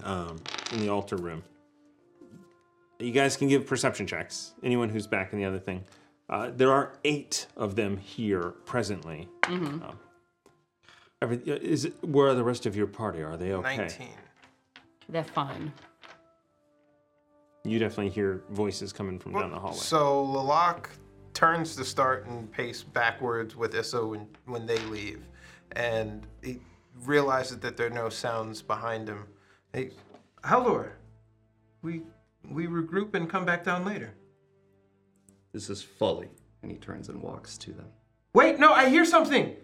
I: um, in the altar room. You guys can give perception checks. Anyone who's back in the other thing, uh, there are eight of them here presently.
J: Mm-hmm.
N: Mhm.
I: Um, every, is it- where are the rest of your party? Are they okay?
N: 19.
J: They're fine.
I: You definitely hear voices coming from down the hallway.
N: So Lalak turns to start and pace backwards with Issa when, when they leave, and he realizes that there are no sounds behind him. Hey, Haldor, we we regroup and come back down later.
E: This is folly. And he turns and walks to them.
N: Wait, no, I hear something.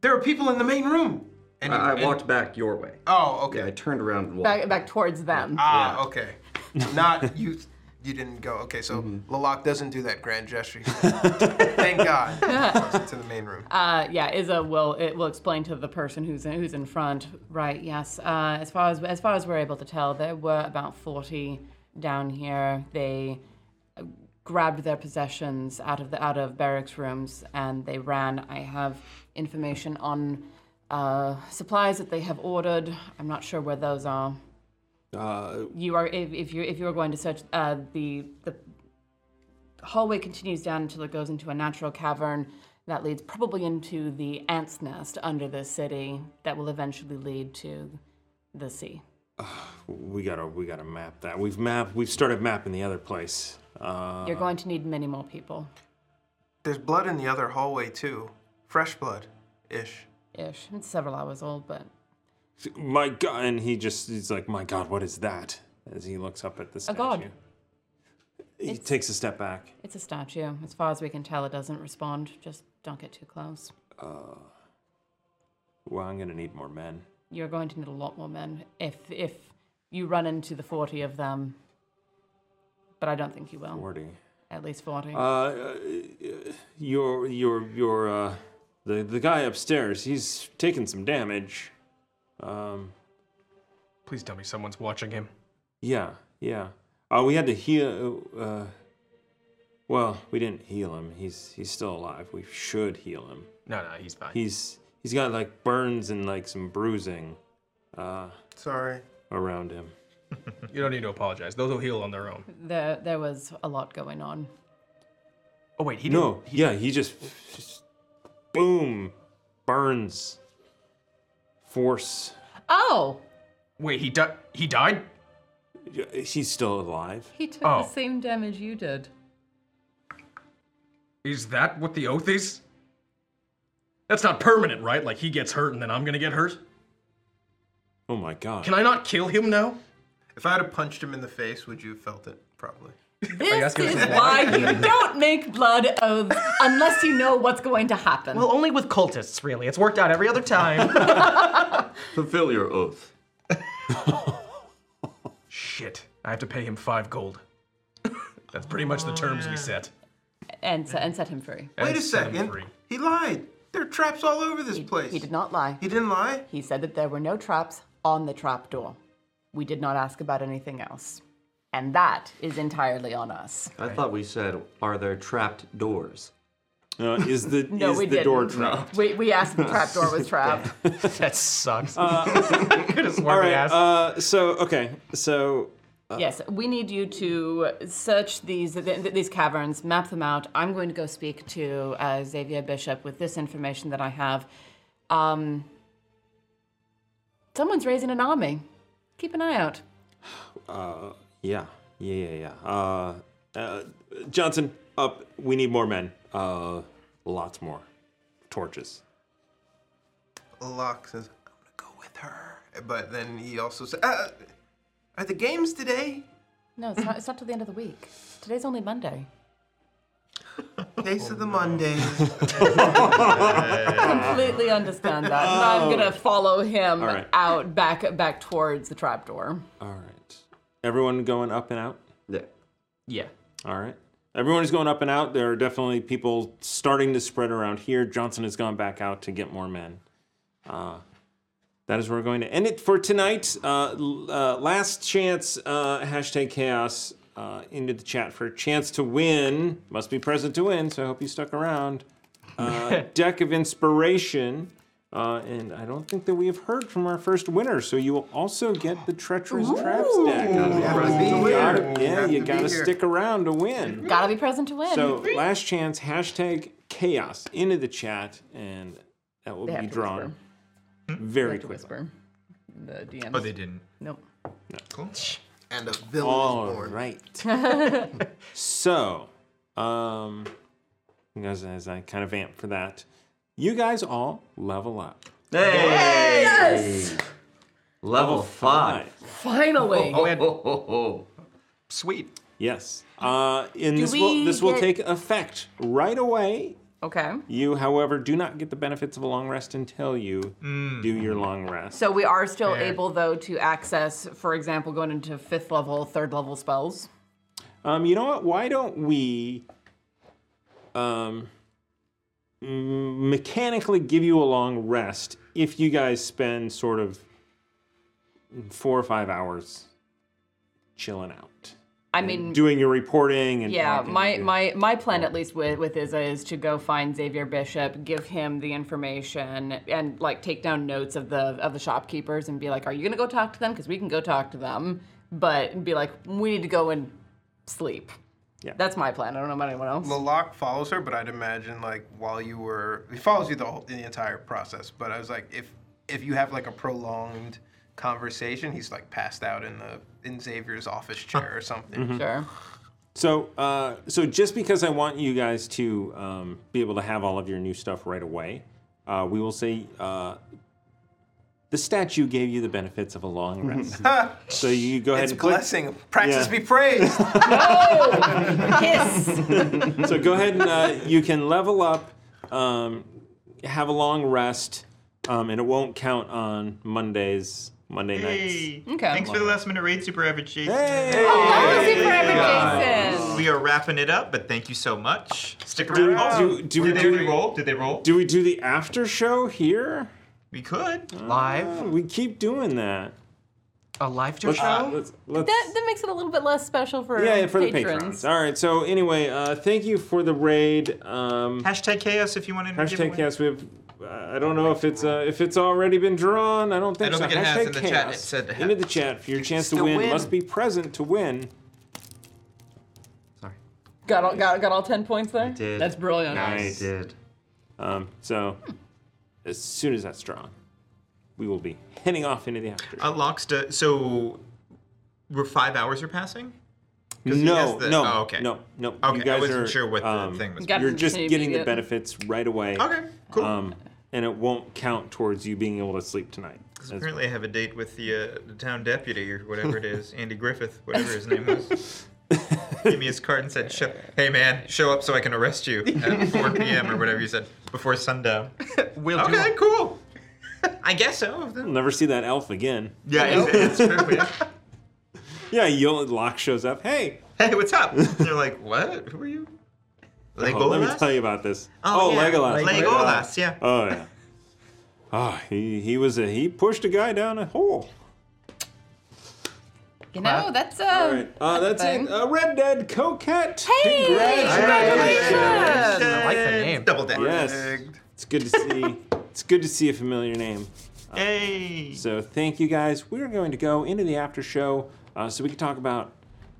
N: There are people in the main room. And
E: I, I
N: and-
E: walked back your way.
N: Oh, okay.
E: Yeah, I turned around and walked.
J: Back back towards them.
N: Ah, okay. Not you. You didn't go. Okay, so
E: Mm-hmm.
N: Lalak doesn't do that grand gesture. Thank God. to the main room.
J: Uh, yeah, Izza will it will explain to the person who's in, who's in front. Right. Yes. Uh, as far as as far as we're able to tell, there were about forty down here. They uh, grabbed their possessions out of the out of barracks rooms and they ran. I have information on uh, supplies that they have ordered. I'm not sure where those are.
I: Uh,
J: You are if, if you if you are going to search uh, the the hallway continues down until it goes into a natural cavern that leads probably into the ant's nest under the city that will eventually lead to the sea.
I: we gotta we gotta map that. We've mapped. We've started mapping the other place. Uh,
J: You're going to need many more people.
N: There's blood in the other hallway too. Fresh blood, ish.
J: Ish. It's several hours old, but
I: My God! And he just he's like, my God, what is that? As he looks up at the
J: a
I: statue,
J: god.
I: he takes a step back.
J: It's a statue. As far as we can tell, it doesn't respond. Just don't get too close.
I: Uh, well, I'm gonna need more men.
J: You're going to need a lot more men if if you run into the forty of them. But I don't think you will.
I: 40.
J: At least forty.
I: Uh, uh, your your your uh, the the guy upstairs. He's taken some damage. Um,
L: Please tell me someone's watching him.
I: yeah, yeah. Uh, we had to heal. Uh, well, we didn't heal him. He's he's still alive. We should heal him.
L: No, no, he's fine.
I: He's he's got like burns and like some bruising. Uh,
N: Sorry.
I: around him.
L: You don't need to apologize. Those will heal on their own.
J: there there was a lot going on.
L: Oh wait, he
I: no, yeah, he just, just boom burns force.
J: Oh,
L: Wait, he died. He died.
I: He's still alive.
J: he took
L: Oh.
J: the same damage you did.
L: Is that what the oath is? That's not permanent, right? Like he gets hurt and then I'm gonna get hurt.
I: Oh my god.
L: Can I not kill him now?
N: If I had punched him in the face, would you have felt it? Probably.
J: This is why you don't make blood oaths unless you know what's going to happen.
K: Well, only with cultists, really. It's worked out every other time.
E: Fulfill your oath.
L: Shit. I have to pay him five gold. That's pretty much the terms we set.
J: and, se- and set him free.
L: Wait a sec.
N: Second, he lied. There are traps all over this place.
J: He did not lie.
N: He didn't lie?
J: He said that there were no traps on the trap door. We did not ask about anything else. And that is entirely on us.
E: I thought we said, are there trapped doors?
I: Uh, is the
J: No, we didn't. We, we asked if the trap door was trapped.
K: that sucks.
I: Could
K: have
I: All right. Uh, so okay. So
J: yes, we need you to search these th- th- these caverns, map them out. I'm going to go speak to uh, Xavier Bishop with this information that I have. Um, someone's raising an army. Keep an eye out.
I: uh, yeah, yeah, yeah, yeah. Uh, uh, Johnson, up. We need more men. Uh, lots more torches.
N: Lalak says, I'm gonna go with her. But then he also says, uh, Are the games today?
J: No, it's not, it's not till the end of the week. Today's only Monday.
B: Taste of the Mondays.
J: Completely understand that. And I'm gonna follow him
I: Oh. All right.
J: out back back towards the trapdoor.
I: All right. Everyone going up and out? Yeah.
K: Yeah.
I: All right. Everyone is going up and out. There are definitely people starting to spread around here. Johnson has gone back out to get more men. Uh, that is where we're going to end it for tonight. Uh, l- uh, last chance, uh, hashtag chaos uh, into the chat for a chance to win. Must be present to win, so I hope you stuck around. Uh, deck of inspiration. Uh, and I don't think that we have heard from our first winner, so you will also get the treacherous traps deck.
N: You have to be
I: You gotta-
N: here. You
I: yeah,
N: have
I: you
N: to be
I: gotta
N: here.
I: stick around to win.
J: Gotta be present to win.
I: So last chance, hashtag chaos into the chat, and that will
J: They have
I: be
J: to
I: drawn very quickly.
J: The DMs.
I: Oh, they didn't.
J: Nope.
I: No.
N: And a villain is
I: All
N: born.
I: right. So, um, you guys, as I kind of amp for that, you guys all level up.
V: Hey!
Y: Yes!
I: Level five.
Y: Finally.
J: Oh,
I: Oh, Sweet. Yes. Uh, and
J: Do
I: this will
J: we
I: this will
J: get-
I: take effect right away.
J: Okay.
I: You, however, do not get the benefits of a long rest until you do your long rest.
J: So we are still
I: Fair.
J: able though to access, for example, going into fifth level, third level spells.
I: Um, you know what? Why don't we um, m- mechanically give you a long rest if you guys spend sort of four or five hours chilling out,
J: I mean
I: doing your reporting and
J: Yeah,
I: talking
J: my,
I: and-
J: my my plan at least with with Izza is to go find Xavier Bishop, give him the information, and like take down notes of the of the shopkeepers and be like, "Are you gonna go talk to them? Because we can go talk to them." But be like, "We need to go and sleep."
I: Yeah,
J: that's my plan. I don't know about anyone else.
N: Lalak follows her, but I'd imagine like while you were, he follows you the whole, the entire process. But I was like, if if you have like a prolonged conversation, he's like passed out in the in Xavier's office chair or something.
I: Mhm.
J: Sure.
I: So, uh, so just because I want you guys to um, be able to have all of your new stuff right away, uh, we will say uh, the statue gave you the benefits of a long rest. so you go ahead
N: It's
I: and click.
N: blessing. Practice
I: Yeah.
N: be praised.
J: Oh! Kiss.
I: so go ahead and uh, you can level up, um, have a long rest, um, and it won't count on Mondays, Monday nights.
J: Okay.
Q: Thanks for the last minute raid, Super Average Jason.
I: Hey!
J: Oh, that was Super Average
Q: Guys,
J: Jason.
Q: We are wrapping it up, but thank you so much. Stick
I: Do-
Q: around.
I: do- do we
Q: Did
I: do-
Q: they roll? Did they roll?
I: Do we do the after show here?
Q: We could
I: live. we keep doing that.
Q: A live
I: let's,
J: show?
I: Let's, let's,
J: that that makes it a little bit less special for
I: yeah, yeah, for
J: patrons.
I: the patrons. All right. So anyway, uh, thank you for the raid. Um,
Q: hashtag chaos if you want to.
I: hashtag chaos. We have. Uh, I don't know if it's uh, if it's already been drawn. I don't think
Q: I don't
I: so.
Q: think it has.
I: hashtag
Q: In the
I: chaos.
Q: chat, it said it
I: into the chat for your chance to
Q: Still
I: win.
Q: win.
I: Must be present to win.
J: Got all got, got all ten points there.
I: did.
J: That's brilliant.
I: did. Um, so as soon as that's drawn, we will be heading off into the after.
Q: Uh, Locksta, so we're five hours are passing. 'Cause he has
I: No,
Q: the-
I: no,
Q: oh, okay.
I: no, no.
Q: Okay,
I: you guys
Q: I wasn't
I: are,
Q: sure what the
I: um,
Q: thing was.
J: Got
I: You're
J: it
I: just
J: to be
I: getting the
J: good.
I: benefits right away.
Q: Okay, cool.
I: Um, and it won't count towards you being able to sleep tonight. As-
Q: Apparently, I have a date with the, uh, the town deputy or whatever it is, Andy Griffith, whatever his name was. Gave me his card and said, show, "Hey man, show up so I can arrest you at 4 p.m. or whatever you said before sundown." Will okay, cool. I guess so.
I: I'll never see that elf again.
Q: Yeah, it's, it's true. Yeah.
I: Yeah, Yul Locke shows up. Hey,
Q: hey, what's up? They're like, "What? Who are you?"
I: Oh, let me
Q: Legolas?
I: tell you about this.
Q: Oh,
I: Oh,
Q: yeah,
I: Legolas.
Q: Legolas, yeah.
I: Oh yeah. Oh, he he was a he pushed a guy down a hole.
J: You know, that's uh,
I: All right, uh, that's it. Uh, Red Dead Coquette.
J: Hey,
I: congratulations!
J: congratulations. I like the name.
Q: Double dead.
I: Yes, it's good to see. it's good to see a familiar name.
Q: Hey.
I: So thank you guys. We're going to go into the after show uh, so we can talk about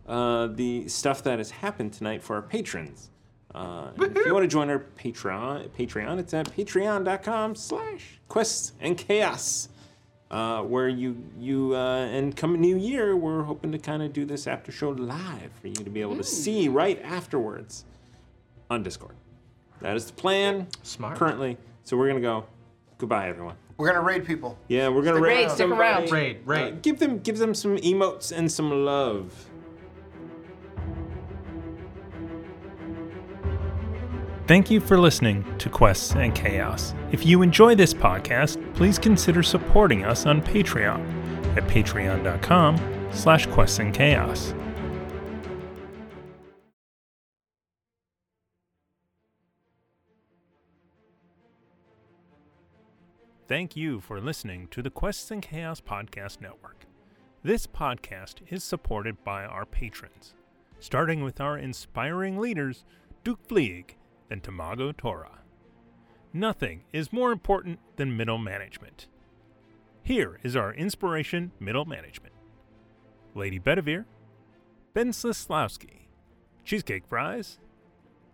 I: uh, the stuff that has happened tonight for our patrons. Uh, and if you want to join our Patreon, Patreon, it's at patreon.com slash quests and chaos, uh, where you, you uh, and come new year, we're hoping to kind of do this after show live for you to be able to see right afterwards on Discord. That is the plan Smart. currently. So we're going to go. Goodbye, everyone.
N: We're gonna raid people.
I: Yeah, we're gonna
N: Stick
I: raid.
N: around. Stick
I: somebody.
N: around. Raid, raid.
I: Uh, give them, give them some emotes and some love. Thank you for listening to Quests and Chaos. If you enjoy this podcast, please consider supporting us on Patreon at patreon.com slash quests and chaos. Thank you for listening to the Quests and Chaos Podcast Network. This podcast is supported by our patrons, starting with our inspiring leaders, Duke Fleeg and Tamago Tora. Nothing is more important than middle management. Here is our inspiration middle management Lady Bedivere, Ben Slislawski, Cheesecake Fries,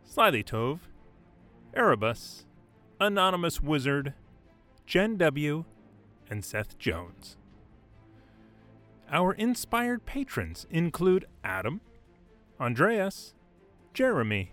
I: Slyly Tove, Erebus, Anonymous Wizard, Jen W., and Seth Jones. Our inspired patrons include Adam, Andreas, Jeremy,